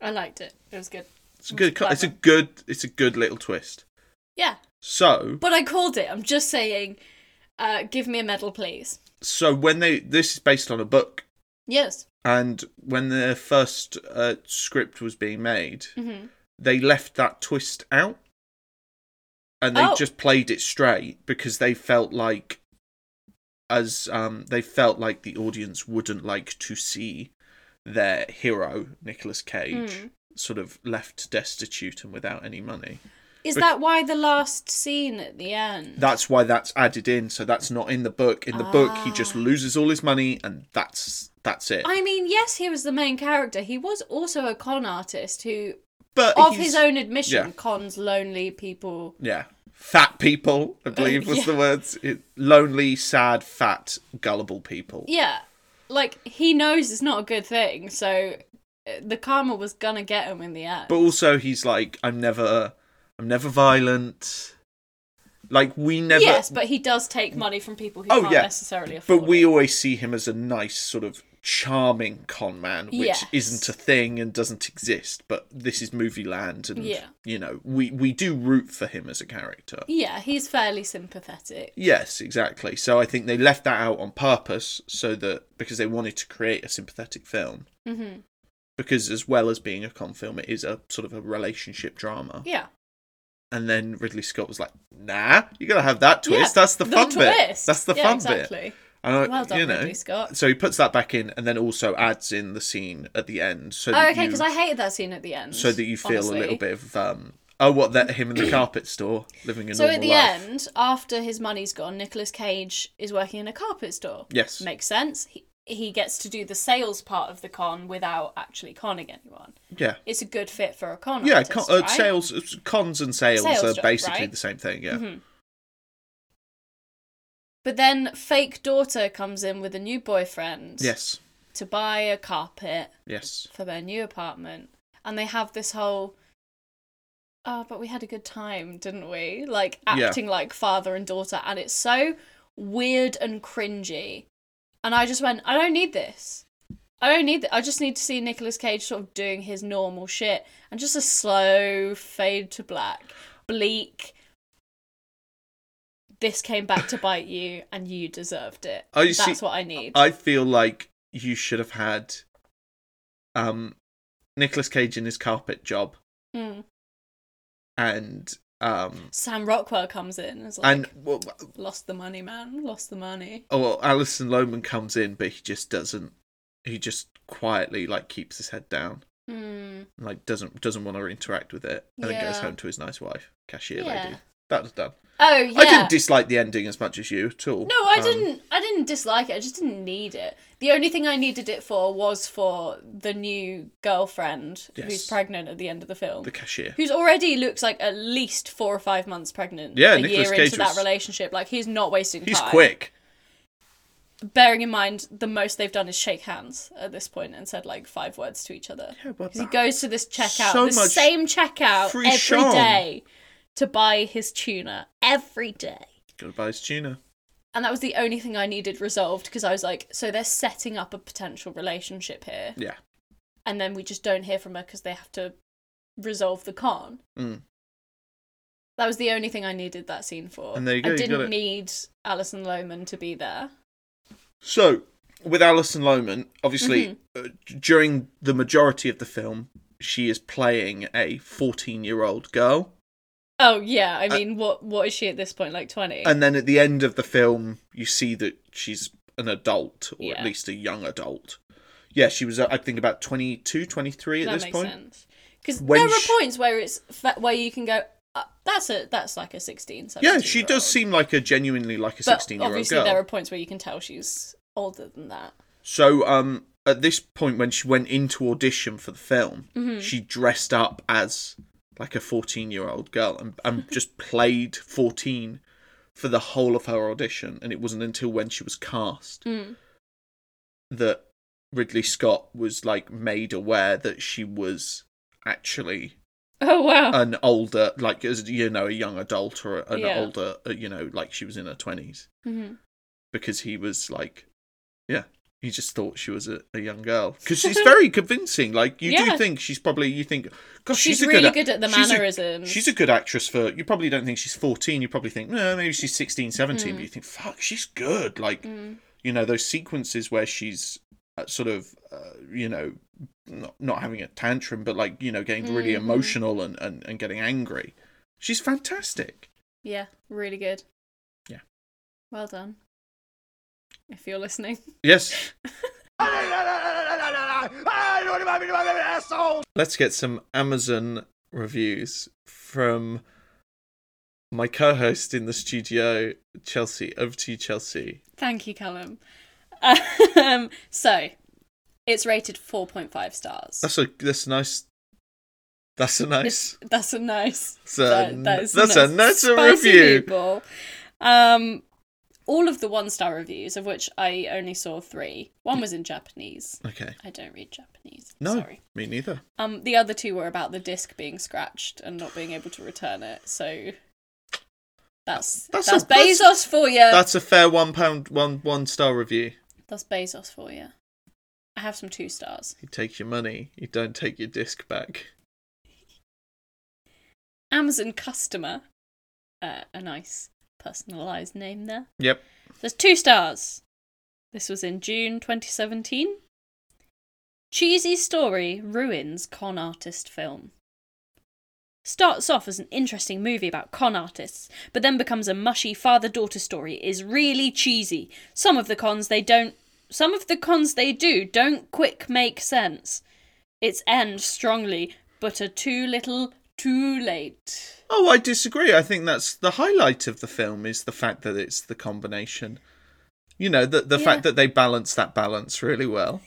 Speaker 1: I liked it. It was good.
Speaker 2: it's a good, co- it's a
Speaker 1: Clever.
Speaker 2: good, it's a good little twist.
Speaker 1: Yeah,
Speaker 2: So,
Speaker 1: but I called it. I'm just saying, uh, give me a medal, please.
Speaker 2: so when they this is based on a book,
Speaker 1: Yes.
Speaker 2: and when the first uh, script was being made,
Speaker 1: hmm
Speaker 2: they left that twist out and they
Speaker 1: Oh.
Speaker 2: just played it straight because they felt like as um they felt like the audience wouldn't like to see their hero Nicolas Cage
Speaker 1: Hmm.
Speaker 2: sort of left destitute and without any money.
Speaker 1: Is
Speaker 2: Bec-
Speaker 1: that why the last scene at the end?
Speaker 2: That's why that's added in so that's not in the book. In the book he just
Speaker 1: Ah.
Speaker 2: loses all his money and that's that's it.
Speaker 1: I mean, yes, he was the main character. He was also a con artist who,
Speaker 2: but
Speaker 1: of
Speaker 2: he's-
Speaker 1: his own admission,
Speaker 2: yeah.
Speaker 1: cons lonely people.
Speaker 2: Yeah. Fat people, I believe was
Speaker 1: Uh, yeah.
Speaker 2: the words. It, lonely, sad, fat, gullible people.
Speaker 1: Yeah, like he knows it's not a good thing, so uh, the karma was gonna get him in the end.
Speaker 2: But also he's like, I'm never I'm never violent. Like we never
Speaker 1: yes, but he does take money from people who
Speaker 2: Oh,
Speaker 1: can't
Speaker 2: yeah.
Speaker 1: necessarily afford.
Speaker 2: but we
Speaker 1: it.
Speaker 2: always see him as a nice sort of charming con man, which
Speaker 1: Yes.
Speaker 2: isn't a thing and doesn't exist, but this is movie land and
Speaker 1: Yeah.
Speaker 2: you know, we, we do root for him as a character.
Speaker 1: Yeah, he's fairly sympathetic.
Speaker 2: Yes, exactly. So I think they left that out on purpose so that because they wanted to create a sympathetic film.
Speaker 1: hmm
Speaker 2: because as well as being a con film, it is a sort of a relationship drama.
Speaker 1: Yeah,
Speaker 2: And then Ridley Scott was like, "Nah, you gotta have that twist.
Speaker 1: Yeah,
Speaker 2: That's the, fun bit.
Speaker 1: twist.
Speaker 2: That's the
Speaker 1: Yeah,
Speaker 2: fun bit."
Speaker 1: exactly.
Speaker 2: And I-
Speaker 1: Well done,
Speaker 2: you know.
Speaker 1: Ridley Scott.
Speaker 2: So he puts that back in, and then also adds in the scene at the end, so
Speaker 1: Oh,
Speaker 2: that
Speaker 1: okay,
Speaker 2: you,
Speaker 1: because I hated that scene at the end.
Speaker 2: so that you feel a
Speaker 1: honestly.
Speaker 2: little bit of um, oh, what that him in the carpet store living a
Speaker 1: So
Speaker 2: normal
Speaker 1: at the
Speaker 2: life.
Speaker 1: end, after his money's gone, Nicolas Cage is working in a carpet store.
Speaker 2: Yes.
Speaker 1: Makes sense. He, he gets to do the sales part of the con without actually conning anyone.
Speaker 2: yeah,
Speaker 1: It's a good fit for a con.
Speaker 2: yeah,
Speaker 1: artist,
Speaker 2: con- uh,
Speaker 1: right?
Speaker 2: sales cons and sales,
Speaker 1: Sales
Speaker 2: are
Speaker 1: job,
Speaker 2: basically
Speaker 1: right?
Speaker 2: the same thing. Yeah,
Speaker 1: Mhm. But then fake daughter comes in with a new boyfriend
Speaker 2: yes,
Speaker 1: to buy a carpet
Speaker 2: yes.
Speaker 1: for their new apartment. And they have this whole Oh, but we had a good time, didn't we? Like
Speaker 2: Yeah.
Speaker 1: acting like father and daughter and it's so weird and cringy. And I just went, I don't need this. I don't need th- I just need to see Nicolas Cage sort of doing his normal shit and just a slow fade to black. Bleak. This came back to bite you and you deserved it.
Speaker 2: I
Speaker 1: That's
Speaker 2: see-
Speaker 1: what I need.
Speaker 2: I feel like you should have had um Nicolas Cage in his carpet job
Speaker 1: Mm.
Speaker 2: and um
Speaker 1: Sam Rockwell comes in and is like,
Speaker 2: and well,
Speaker 1: lost the money, man, lost the money.
Speaker 2: or Oh, Alison Lohman comes in but he just doesn't he just quietly like keeps his head down
Speaker 1: Mm,
Speaker 2: and, like doesn't doesn't want to interact with it and then goes
Speaker 1: Yeah.
Speaker 2: home to his nice wife cashier
Speaker 1: Yeah.
Speaker 2: lady that was done
Speaker 1: Oh yeah.
Speaker 2: I didn't dislike the ending as much as you at all
Speaker 1: no, I
Speaker 2: Um,
Speaker 1: didn't. I didn't dislike it. I just didn't need it. The only thing I needed it for was for the new girlfriend
Speaker 2: Yes.
Speaker 1: who's pregnant at the end of the film,
Speaker 2: the cashier
Speaker 1: who's already looks like at least four or five months pregnant.
Speaker 2: Yeah,
Speaker 1: a
Speaker 2: Nicolas
Speaker 1: year
Speaker 2: Cage
Speaker 1: into that
Speaker 2: was-
Speaker 1: relationship, like he's not wasting
Speaker 2: he's
Speaker 1: time.
Speaker 2: quick
Speaker 1: bearing in mind the most they've done is shake hands at this point and said like five words to each other.
Speaker 2: Yeah, but
Speaker 1: 'Cause he goes to this checkout,
Speaker 2: So
Speaker 1: the
Speaker 2: much
Speaker 1: same checkout every
Speaker 2: free
Speaker 1: day
Speaker 2: Sean.
Speaker 1: to buy his tuna every day.
Speaker 2: Gotta buy his tuna.
Speaker 1: And that was the only thing I needed resolved because I was like, so they're setting up a potential relationship here,
Speaker 2: Yeah.
Speaker 1: and then we just don't hear from her because they have to resolve the con.
Speaker 2: Mm.
Speaker 1: That was the only thing I needed that scene for.
Speaker 2: And there you go,
Speaker 1: I
Speaker 2: you got
Speaker 1: didn't
Speaker 2: it.
Speaker 1: need Alison Lohman to be there.
Speaker 2: So, with Alison Lohman, obviously,
Speaker 1: Mm-hmm.
Speaker 2: uh, d- during the majority of the film, she is playing a 14 year old girl.
Speaker 1: Oh yeah, I mean, what what is she at this point? Like twenty?
Speaker 2: And then at the end of the film, you see that she's an adult, or
Speaker 1: Yeah.
Speaker 2: at least a young adult. Yeah, she was, uh, I think, about 22, 23 at
Speaker 1: that
Speaker 2: this
Speaker 1: makes
Speaker 2: point.
Speaker 1: sense. Because
Speaker 2: When
Speaker 1: there are
Speaker 2: she-
Speaker 1: points where it's fa- where you can go. Uh, that's a that's like a sixteen.
Speaker 2: Yeah, she
Speaker 1: 17
Speaker 2: does seem like a genuinely like a
Speaker 1: But
Speaker 2: 16 year old
Speaker 1: obviously,
Speaker 2: girl.
Speaker 1: there are points where you can tell she's older than that.
Speaker 2: So, um, at this point, when she went into audition for the film,
Speaker 1: Mm-hmm.
Speaker 2: she dressed up as like a fourteen-year-old girl and, and just played fourteen for the whole of her audition. And it wasn't until when she was cast
Speaker 1: Mm.
Speaker 2: that Ridley Scott was like made aware that she was actually
Speaker 1: Oh wow!
Speaker 2: an older, like as you know, a young adult or an
Speaker 1: Yeah.
Speaker 2: older, uh, you know, like she was in her twenties,
Speaker 1: Mhm.
Speaker 2: because he was like, yeah, he just thought she was a, a young girl because she's very convincing. Like you
Speaker 1: Yeah.
Speaker 2: do think she's probably you think, gosh,
Speaker 1: She's
Speaker 2: she's, a
Speaker 1: really
Speaker 2: good,
Speaker 1: good at the
Speaker 2: she's a-
Speaker 1: mannerisms.
Speaker 2: She's a good actress for you. Probably don't think she's fourteen. You probably think, no, maybe she's 16, 17.
Speaker 1: Hmm.
Speaker 2: But you think, fuck, she's good. Like
Speaker 1: Mm.
Speaker 2: you know those sequences where she's uh, sort of uh, you know not, not having a tantrum but like you know getting really emotional and, and, and getting angry she's fantastic
Speaker 1: Yeah, really good.
Speaker 2: Yeah.
Speaker 1: Well done. If you're listening,
Speaker 2: yes
Speaker 3: I don't want to be an asshole.
Speaker 2: let's get some amazon reviews from my co-host in the studio chelsea over to you chelsea
Speaker 1: thank you, Callum. Um, so, it's rated four point five stars.
Speaker 2: that's a that's a nice that's a nice
Speaker 1: It's- That's a nice.
Speaker 2: It's a
Speaker 1: that- that
Speaker 2: n-
Speaker 1: is
Speaker 2: that's a nice
Speaker 1: Spicy
Speaker 2: review.
Speaker 1: meatball. Um, all of the one star reviews, of which I only saw three. One was in Japanese.
Speaker 2: okay
Speaker 1: I don't read Japanese.
Speaker 2: no
Speaker 1: Sorry.
Speaker 2: me neither
Speaker 1: Um, the other two were about the disc being scratched and not being able to return it. So that's that's,
Speaker 2: That's a-
Speaker 1: Bezos
Speaker 2: that's-
Speaker 1: for you. That's...
Speaker 2: that's a fair one pound one one star review
Speaker 1: Bezos for you. I have some two stars.
Speaker 2: He takes your money. You don't take your disc back.
Speaker 1: Amazon customer, uh, a nice personalized name there.
Speaker 2: Yep.
Speaker 1: There's two stars. This was in June 2017. Cheesy story ruins con artist film. Starts off as an interesting movie about con artists, but then becomes a mushy father daughter story. Is really cheesy. Some of the cons they don't. Some of the cons they do don't quick make sense. Its end strongly, but are too little, too late.
Speaker 2: Oh, I disagree. I think that's the highlight of the film is the fact that it's the combination. You know, the the
Speaker 1: Yeah.
Speaker 2: fact that they balance that balance really well.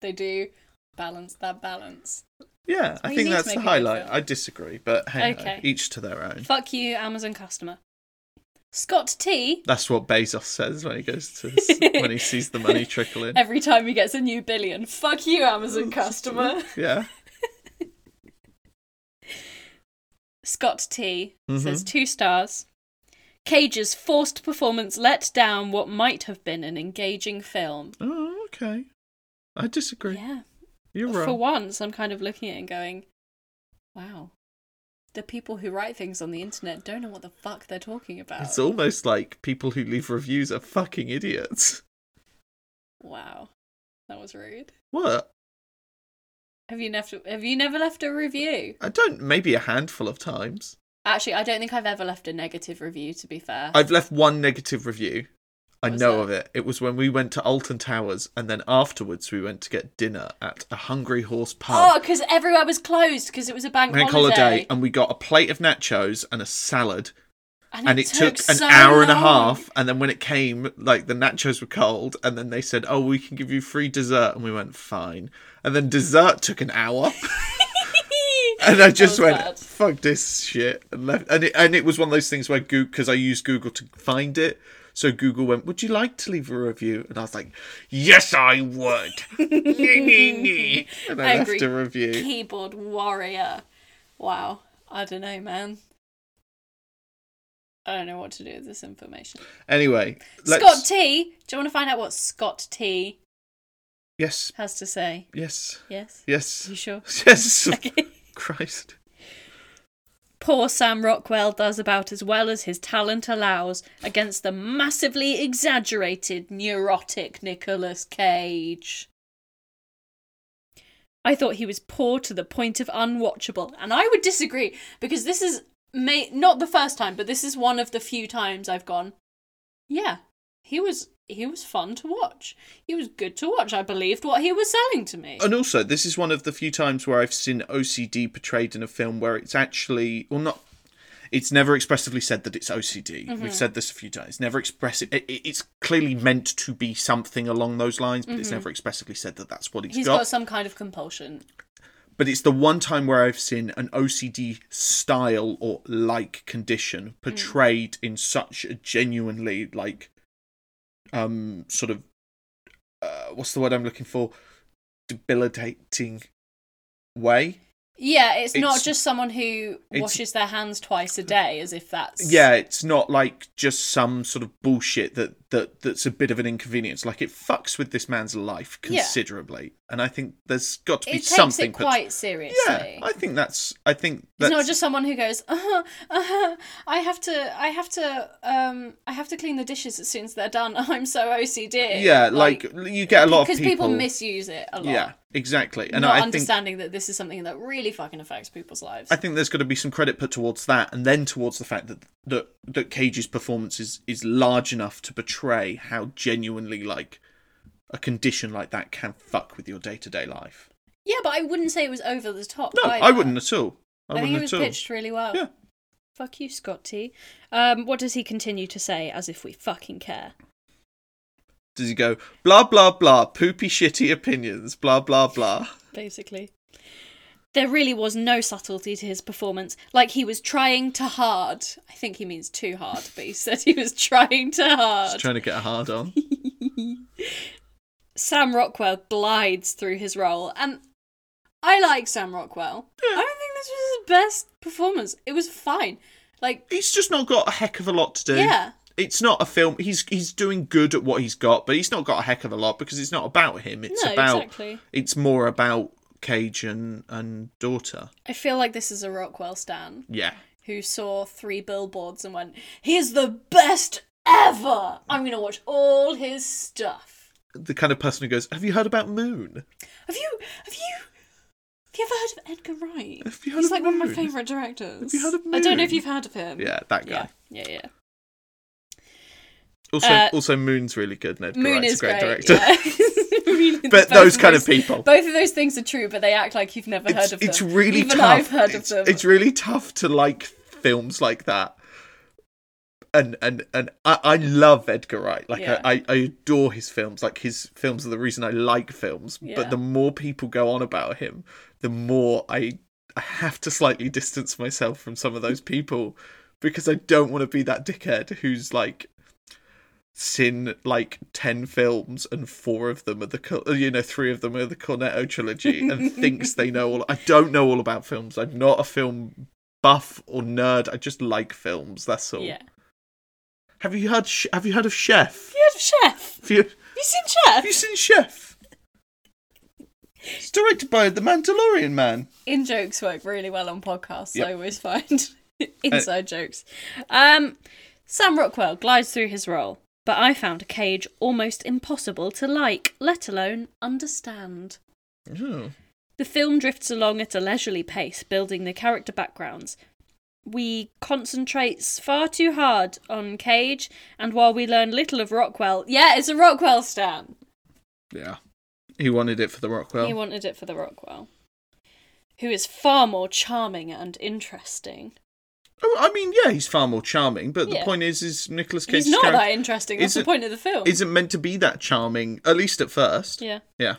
Speaker 1: They do balance that balance.
Speaker 2: Yeah, I
Speaker 1: Well, you
Speaker 2: think
Speaker 1: need to
Speaker 2: that's
Speaker 1: make
Speaker 2: the
Speaker 1: a good
Speaker 2: highlight.
Speaker 1: film.
Speaker 2: I disagree, but hey,
Speaker 1: Okay.
Speaker 2: each to their own.
Speaker 1: Fuck you, Amazon customer. Scott T.
Speaker 2: That's what Bezos says when he goes to when he sees the money trickle in.
Speaker 1: Every time he gets a new billion, fuck you, Amazon customer.
Speaker 2: Yeah.
Speaker 1: Scott T. says
Speaker 2: Mhm.
Speaker 1: two stars. Cage's forced performance let down what might have been an engaging film.
Speaker 2: Oh, okay. I disagree.
Speaker 1: Yeah.
Speaker 2: You're
Speaker 1: For
Speaker 2: wrong.
Speaker 1: once, I'm kind of looking at it and going, wow. The people who write things on the internet don't know what the fuck they're talking about.
Speaker 2: It's almost like people who leave reviews are fucking idiots.
Speaker 1: wow. That was rude.
Speaker 2: What?
Speaker 1: Have you never have you never left a review?
Speaker 2: I don't. Maybe a handful of times.
Speaker 1: Actually, I don't think I've ever left a negative review to be fair.
Speaker 2: I've left one negative review. I
Speaker 1: What was
Speaker 2: know
Speaker 1: that?
Speaker 2: of it. It was when we went to Alton Towers, and then afterwards we went to get dinner at a Hungry Horse
Speaker 1: Oh,
Speaker 2: pub.
Speaker 1: because everywhere was closed because it was a bank,
Speaker 2: Bank
Speaker 1: holiday.
Speaker 2: holiday. and we got a plate of nachos and a salad,
Speaker 1: And,
Speaker 2: and it, took, an
Speaker 1: so
Speaker 2: hour and a
Speaker 1: long.
Speaker 2: half. And then when it came, like the nachos were cold, and then they said, "Oh, we can give you free dessert," and we went, "Fine." And then dessert took an hour, and I
Speaker 1: That
Speaker 2: just
Speaker 1: was
Speaker 2: went,
Speaker 1: bad.
Speaker 2: "Fuck this shit," and left. And it, and it was one of those things where Google, because I used Google to find it, So Google went, "Would you like to leave a review?" And I was like, "Yes, I would." and I
Speaker 1: Angry
Speaker 2: left a review.
Speaker 1: Keyboard warrior. Wow. I don't know, man. I don't know what to do with this information.
Speaker 2: Anyway, let's...
Speaker 1: Scott T. Do you want to find out what Scott T.
Speaker 2: Yes,
Speaker 1: has to say?
Speaker 2: yes,
Speaker 1: Yes.
Speaker 2: yes,
Speaker 1: You sure?
Speaker 2: yes.
Speaker 1: Okay.
Speaker 2: Christ.
Speaker 1: Poor Sam Rockwell does about as well as his talent allows against the massively exaggerated neurotic Nicolas Cage. I thought he was poor to the point of unwatchable, and I would disagree because this is may not the first time, but this is one of the few times I've gone, yeah, he was he was fun to watch. He was good to watch. I believed what he was selling to me.
Speaker 2: And also, this is one of the few times where I've seen OCD portrayed in a film where it's actually, well, not. It's never expressively said that it's OCD.
Speaker 1: Mm-hmm.
Speaker 2: We've said this a few times. It's never expressive. It, it- it's clearly meant to be something along those lines, but it's never expressively said that that's what
Speaker 1: Mm-hmm. He's got some kind of compulsion.
Speaker 2: but it's the one time where I've seen an OCD style or like condition
Speaker 1: Hmm.
Speaker 2: portrayed in such a genuinely like um sort of uh, what's the word I'm looking for debilitating way.
Speaker 1: Yeah, it's, not
Speaker 2: It's-
Speaker 1: just someone who
Speaker 2: it's-
Speaker 1: washes their hands twice a day, as if that's
Speaker 2: Yeah, it's not like just some sort of bullshit that that that's a bit of an inconvenience. Like it fucks with this man's life
Speaker 1: Yeah.
Speaker 2: considerably, and I think there's got to
Speaker 1: It
Speaker 2: be
Speaker 1: takes
Speaker 2: something.
Speaker 1: it
Speaker 2: put-
Speaker 1: quite
Speaker 2: yeah,
Speaker 1: seriously.
Speaker 2: I think that's. I think
Speaker 1: it's
Speaker 2: that's
Speaker 1: not just someone who goes, uh-huh, uh-huh, I have to, I have to, um, I have to clean the dishes as soon as they're done. I'm so OCD.
Speaker 2: Yeah, like, you get a lot of
Speaker 1: because people
Speaker 2: people
Speaker 1: misuse it a lot.
Speaker 2: Yeah, exactly. And
Speaker 1: not
Speaker 2: I think
Speaker 1: understanding that this is something that really fucking affects people's lives.
Speaker 2: I think there's got to be some credit put towards that, and then towards the fact that that, that Cage's performance is is large enough to portray how genuinely like a condition like that can fuck with your day to day life.
Speaker 1: yeah, but I wouldn't say it was over the top.
Speaker 2: No,
Speaker 1: either.
Speaker 2: I wouldn't at all. I,
Speaker 1: I, think it
Speaker 2: wouldn't
Speaker 1: was
Speaker 2: at all.
Speaker 1: pitched really well.
Speaker 2: Yeah.
Speaker 1: Fuck you, Scotty. Um, what does he continue to say as if we fucking care?
Speaker 2: Does he go blah blah blah poopy shitty opinions blah blah blah?
Speaker 1: basically. There really was no subtlety to his performance. Like he was trying to hard. I think he means too hard, but he said he was trying to
Speaker 2: Just
Speaker 1: hard.
Speaker 2: trying to get a hard on.
Speaker 1: Sam Rockwell glides through his role, and I like Sam Rockwell. I don't think this was his best performance. It was fine. Like,
Speaker 2: he's just not got a heck of a lot to do.
Speaker 1: Yeah.
Speaker 2: It's not a film. He's he's doing good at what he's got, but he's not got a heck of a lot because it's not about him. It's
Speaker 1: No,
Speaker 2: about
Speaker 1: exactly.
Speaker 2: it's more about Cage and, and daughter.
Speaker 1: I feel like this is a Rockwell stan
Speaker 2: Yeah.
Speaker 1: who saw three billboards and went, "He's the best ever. I'm gonna watch all his stuff."
Speaker 2: The kind of person who goes, "Have you heard about Moon?"
Speaker 1: Have you have you have you ever heard of Edgar Wright?
Speaker 2: Have you heard
Speaker 1: He's
Speaker 2: of
Speaker 1: like one of my
Speaker 2: Moon?
Speaker 1: favourite directors.
Speaker 2: Have you heard of
Speaker 1: I don't know if
Speaker 2: Moon?
Speaker 1: you've heard of him.
Speaker 2: Yeah, that guy.
Speaker 1: Yeah. Yeah, yeah.
Speaker 2: Also,
Speaker 1: Uh,
Speaker 2: also Moon's really good. Ned
Speaker 1: Moon
Speaker 2: Garrett's
Speaker 1: is
Speaker 2: a great,
Speaker 1: great.
Speaker 2: director.
Speaker 1: yeah. Really, both
Speaker 2: But those kind of people.
Speaker 1: Both of those things are true, but they act like you've never
Speaker 2: It's,
Speaker 1: heard of
Speaker 2: it's
Speaker 1: them.
Speaker 2: really
Speaker 1: Even
Speaker 2: tough.
Speaker 1: I've heard
Speaker 2: it's,
Speaker 1: of them.
Speaker 2: it's really tough to like films like that. And and and I, I love Edgar Wright. Like
Speaker 1: Yeah.
Speaker 2: I, I, I adore his films. Like his films are the reason I like films.
Speaker 1: Yeah.
Speaker 2: But the more people go on about him, the more I I have to slightly distance myself from some of those people because I don't want to be that dickhead who's like seen like 10 films and four of them are the Cor- you know three of them are the cornetto trilogy and thinks they know all i don't know all about films i'm not a film buff or nerd i just like films that's all
Speaker 1: yeah.
Speaker 2: have you heard Sh- have you heard of chef
Speaker 1: Have you heard of Chef?
Speaker 2: have you,
Speaker 1: Have you seen Chef?
Speaker 2: have you seen chef it's directed by the mandalorian man
Speaker 1: in jokes work really well on podcasts.
Speaker 2: Yep.
Speaker 1: I always find inside jokes. Um, Sam Rockwell glides through his role, but I found Cage almost impossible to like, let alone understand.
Speaker 2: oh.
Speaker 1: The film drifts along at a leisurely pace, building the character backgrounds. We concentrates far too hard on Cage, and while we learn little of Rockwell, yeah, it's a Rockwell stan.
Speaker 2: yeah he wanted it for the rockwell
Speaker 1: He wanted it for the Rockwell, who is far more charming and interesting.
Speaker 2: Oh, i mean yeah he's far more charming but
Speaker 1: Yeah.
Speaker 2: the point is is nicholas
Speaker 1: He's
Speaker 2: cage's
Speaker 1: not
Speaker 2: character
Speaker 1: that interesting. That's the
Speaker 2: isn't-
Speaker 1: point of the film.
Speaker 2: isn't meant to be that charming at least at first
Speaker 1: yeah.
Speaker 2: yeah.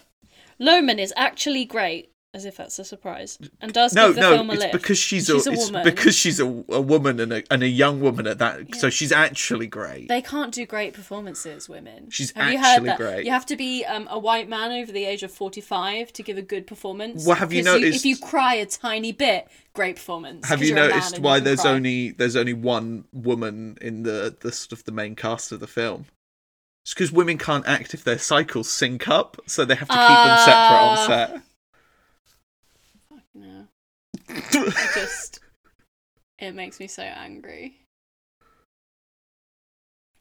Speaker 1: Loman is actually great, as if that's a surprise, and does
Speaker 2: no,
Speaker 1: give the
Speaker 2: no,
Speaker 1: film a
Speaker 2: it's
Speaker 1: lift.
Speaker 2: because she's,
Speaker 1: She's
Speaker 2: a,
Speaker 1: a
Speaker 2: it's
Speaker 1: woman.
Speaker 2: because she's a, a woman and a, and a young woman at that. So she's actually great.
Speaker 1: They can't do great performances, women.
Speaker 2: She's
Speaker 1: have you
Speaker 2: actually
Speaker 1: heard that?
Speaker 2: great.
Speaker 1: You have to be um, a white man over the age of forty-five to give a good performance.
Speaker 2: Well, have you
Speaker 1: 'Cause if
Speaker 2: noticed-
Speaker 1: you cry a tiny bit, great performance.
Speaker 2: Have
Speaker 1: 'cause
Speaker 2: you
Speaker 1: you're a man
Speaker 2: noticed
Speaker 1: and
Speaker 2: why
Speaker 1: can
Speaker 2: there's
Speaker 1: cry.
Speaker 2: only there's only one woman in the the sort of the main cast of the film? It's because women can't act if their cycles sync up, so they have to keep
Speaker 1: Ah.
Speaker 2: them
Speaker 1: No,
Speaker 2: separate on set.
Speaker 1: it just it makes me so angry.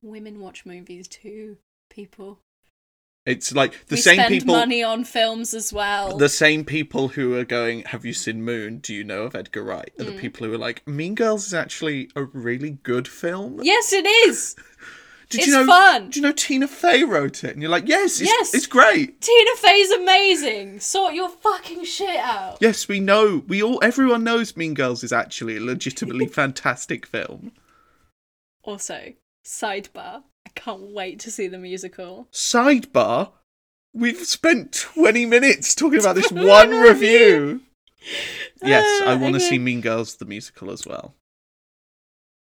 Speaker 1: Women watch movies too, people.
Speaker 2: it's like the
Speaker 1: we
Speaker 2: same
Speaker 1: spend
Speaker 2: people.
Speaker 1: money on films as well.
Speaker 2: The same people who are going, have you seen Moon? Do you know of Edgar Wright? Are the
Speaker 1: Mm.
Speaker 2: people who are like, Mean Girls is actually a really good film.
Speaker 1: Yes, it is.
Speaker 2: Did
Speaker 1: It's
Speaker 2: you know?
Speaker 1: fun.
Speaker 2: Did you know Tina Fey wrote it? And you're like, yes, it's,
Speaker 1: Yes.
Speaker 2: it's great.
Speaker 1: Tina Fey's amazing. Sort your fucking shit out.
Speaker 2: Yes, we know. We all, everyone knows Mean Girls is actually a legitimately fantastic film.
Speaker 1: Also, sidebar. I can't wait to see the musical.
Speaker 2: Sidebar: We've spent 20 minutes talking about this one review. Yes, I
Speaker 1: Ah,
Speaker 2: want to
Speaker 1: okay.
Speaker 2: see Mean Girls the musical as well.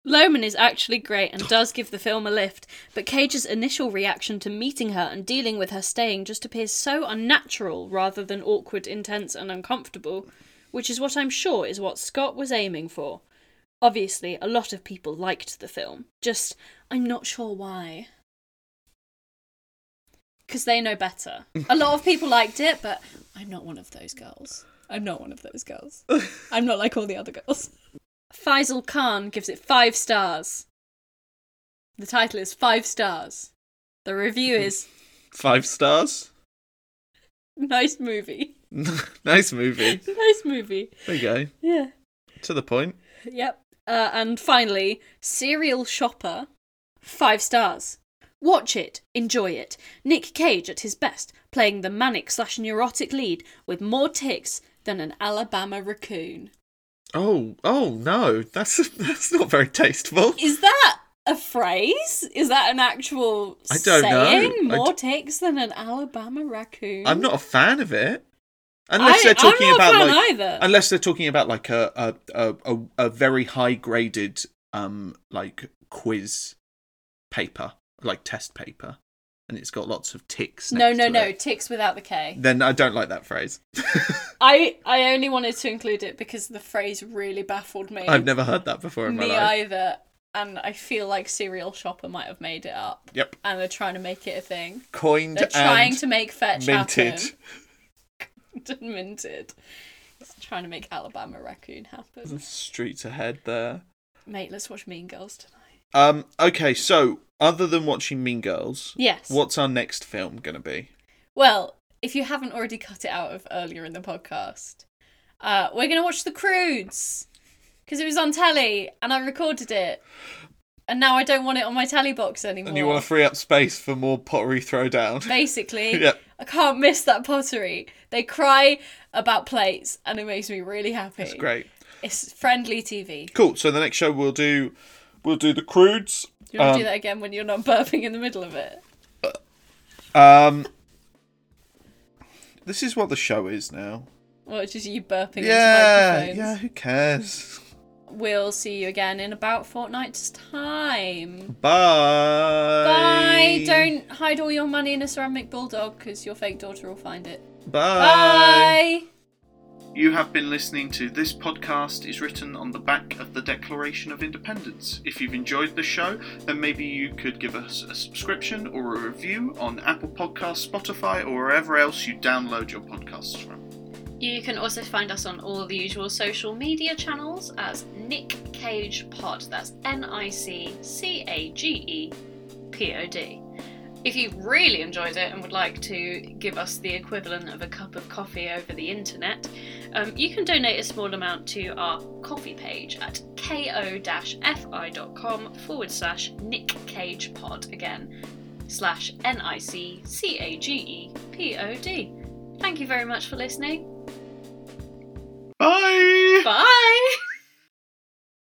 Speaker 1: Loman is actually great and does give the film a lift, but Cage's initial reaction to meeting her and dealing with her staying just appears so unnatural rather than awkward, intense, and uncomfortable, which is what I'm sure is what Scott was aiming for. Obviously, a lot of people liked the film, just I'm not sure why. Because they know better. A lot of people liked it, but I'm not one of those girls. I'm not one of those girls. I'm not like all the other girls. Faisal Khan gives it five stars. The title is Five Stars. The review is
Speaker 2: Five stars.
Speaker 1: Nice Movie.
Speaker 2: nice movie.
Speaker 1: nice movie.
Speaker 2: There you go.
Speaker 1: Yeah.
Speaker 2: To the point.
Speaker 1: Yep. Uh, and finally, Serial Shopper. Five stars. Watch it, enjoy it. Nick Cage at his best, playing the manic slash neurotic lead with more ticks than an Alabama raccoon.
Speaker 2: Oh, oh no, that's that's not very tasteful.
Speaker 1: Is that a phrase? Is that an actual
Speaker 2: I don't know.
Speaker 1: saying?
Speaker 2: I
Speaker 1: More
Speaker 2: d-
Speaker 1: ticks than an Alabama raccoon.
Speaker 2: I'm not a fan of it. Unless
Speaker 1: I-
Speaker 2: they're
Speaker 1: I'm not
Speaker 2: talking
Speaker 1: a
Speaker 2: about
Speaker 1: fan
Speaker 2: like,
Speaker 1: either.
Speaker 2: unless they're talking about like a a a, a, a very high graded um like quiz paper, like test paper, and it's got lots of ticks.
Speaker 1: No,
Speaker 2: next
Speaker 1: no,
Speaker 2: to
Speaker 1: no.
Speaker 2: it,
Speaker 1: Ticks without the K.
Speaker 2: Then I don't like that phrase.
Speaker 1: I I only wanted to include it because the phrase really baffled me.
Speaker 2: I've never heard that before in my
Speaker 1: me
Speaker 2: life.
Speaker 1: either, and I feel like Serial Shopper might have made it up.
Speaker 2: Yep,
Speaker 1: And they're trying to make it a thing.
Speaker 2: coined
Speaker 1: They're trying
Speaker 2: and
Speaker 1: to make fetch
Speaker 2: minted.
Speaker 1: happen. minted. It's trying to make Alabama raccoon happen.
Speaker 2: Streets ahead there.
Speaker 1: Mate, let's watch Mean Girls tonight.
Speaker 2: Um. Okay. So, other than watching Mean Girls,
Speaker 1: Yes.
Speaker 2: what's our next film gonna be?
Speaker 1: Well, if you haven't already cut it out of earlier in the podcast, uh, we're going to watch The Crudes because it was on telly and I recorded it. And now I don't want it on my telly box anymore.
Speaker 2: And you want to free up space for more pottery throwdown?
Speaker 1: Basically,
Speaker 2: Yeah.
Speaker 1: I can't miss that pottery. They cry about plates and it makes me really happy.
Speaker 2: That's great.
Speaker 1: It's friendly TV.
Speaker 2: Cool. So the next show we'll do we'll do the crudes.
Speaker 1: You want to
Speaker 2: Um,
Speaker 1: do that again when you're not burping in the middle of it?
Speaker 2: Um This is what the show is now.
Speaker 1: Or it's just you burping
Speaker 2: Yeah.
Speaker 1: into
Speaker 2: Yeah,
Speaker 1: microphones.
Speaker 2: who cares?
Speaker 1: We'll see you again in about fortnight's time.
Speaker 2: Bye.
Speaker 1: Bye. Don't hide all your money in a ceramic bulldog because your fake daughter will find it.
Speaker 2: Bye.
Speaker 1: Bye.
Speaker 2: You have been listening to This Podcast is Written on the Back of the Declaration of Independence. If you've enjoyed the show, then maybe you could give us a subscription or a review on Apple Podcasts, Spotify, or wherever else you download your podcasts from.
Speaker 1: You can also find us on all the usual social media channels as Nick Cage Pod. That's N I C C A G E P O D. If you really enjoyed it and would like to give us the equivalent of a cup of coffee over the internet, um, you can donate a small amount to our coffee page at ko-fi.com forward slash Nick Cage Pod again, slash N I C C A G E P O D. Thank you very much for listening.
Speaker 2: Bye!
Speaker 1: Bye!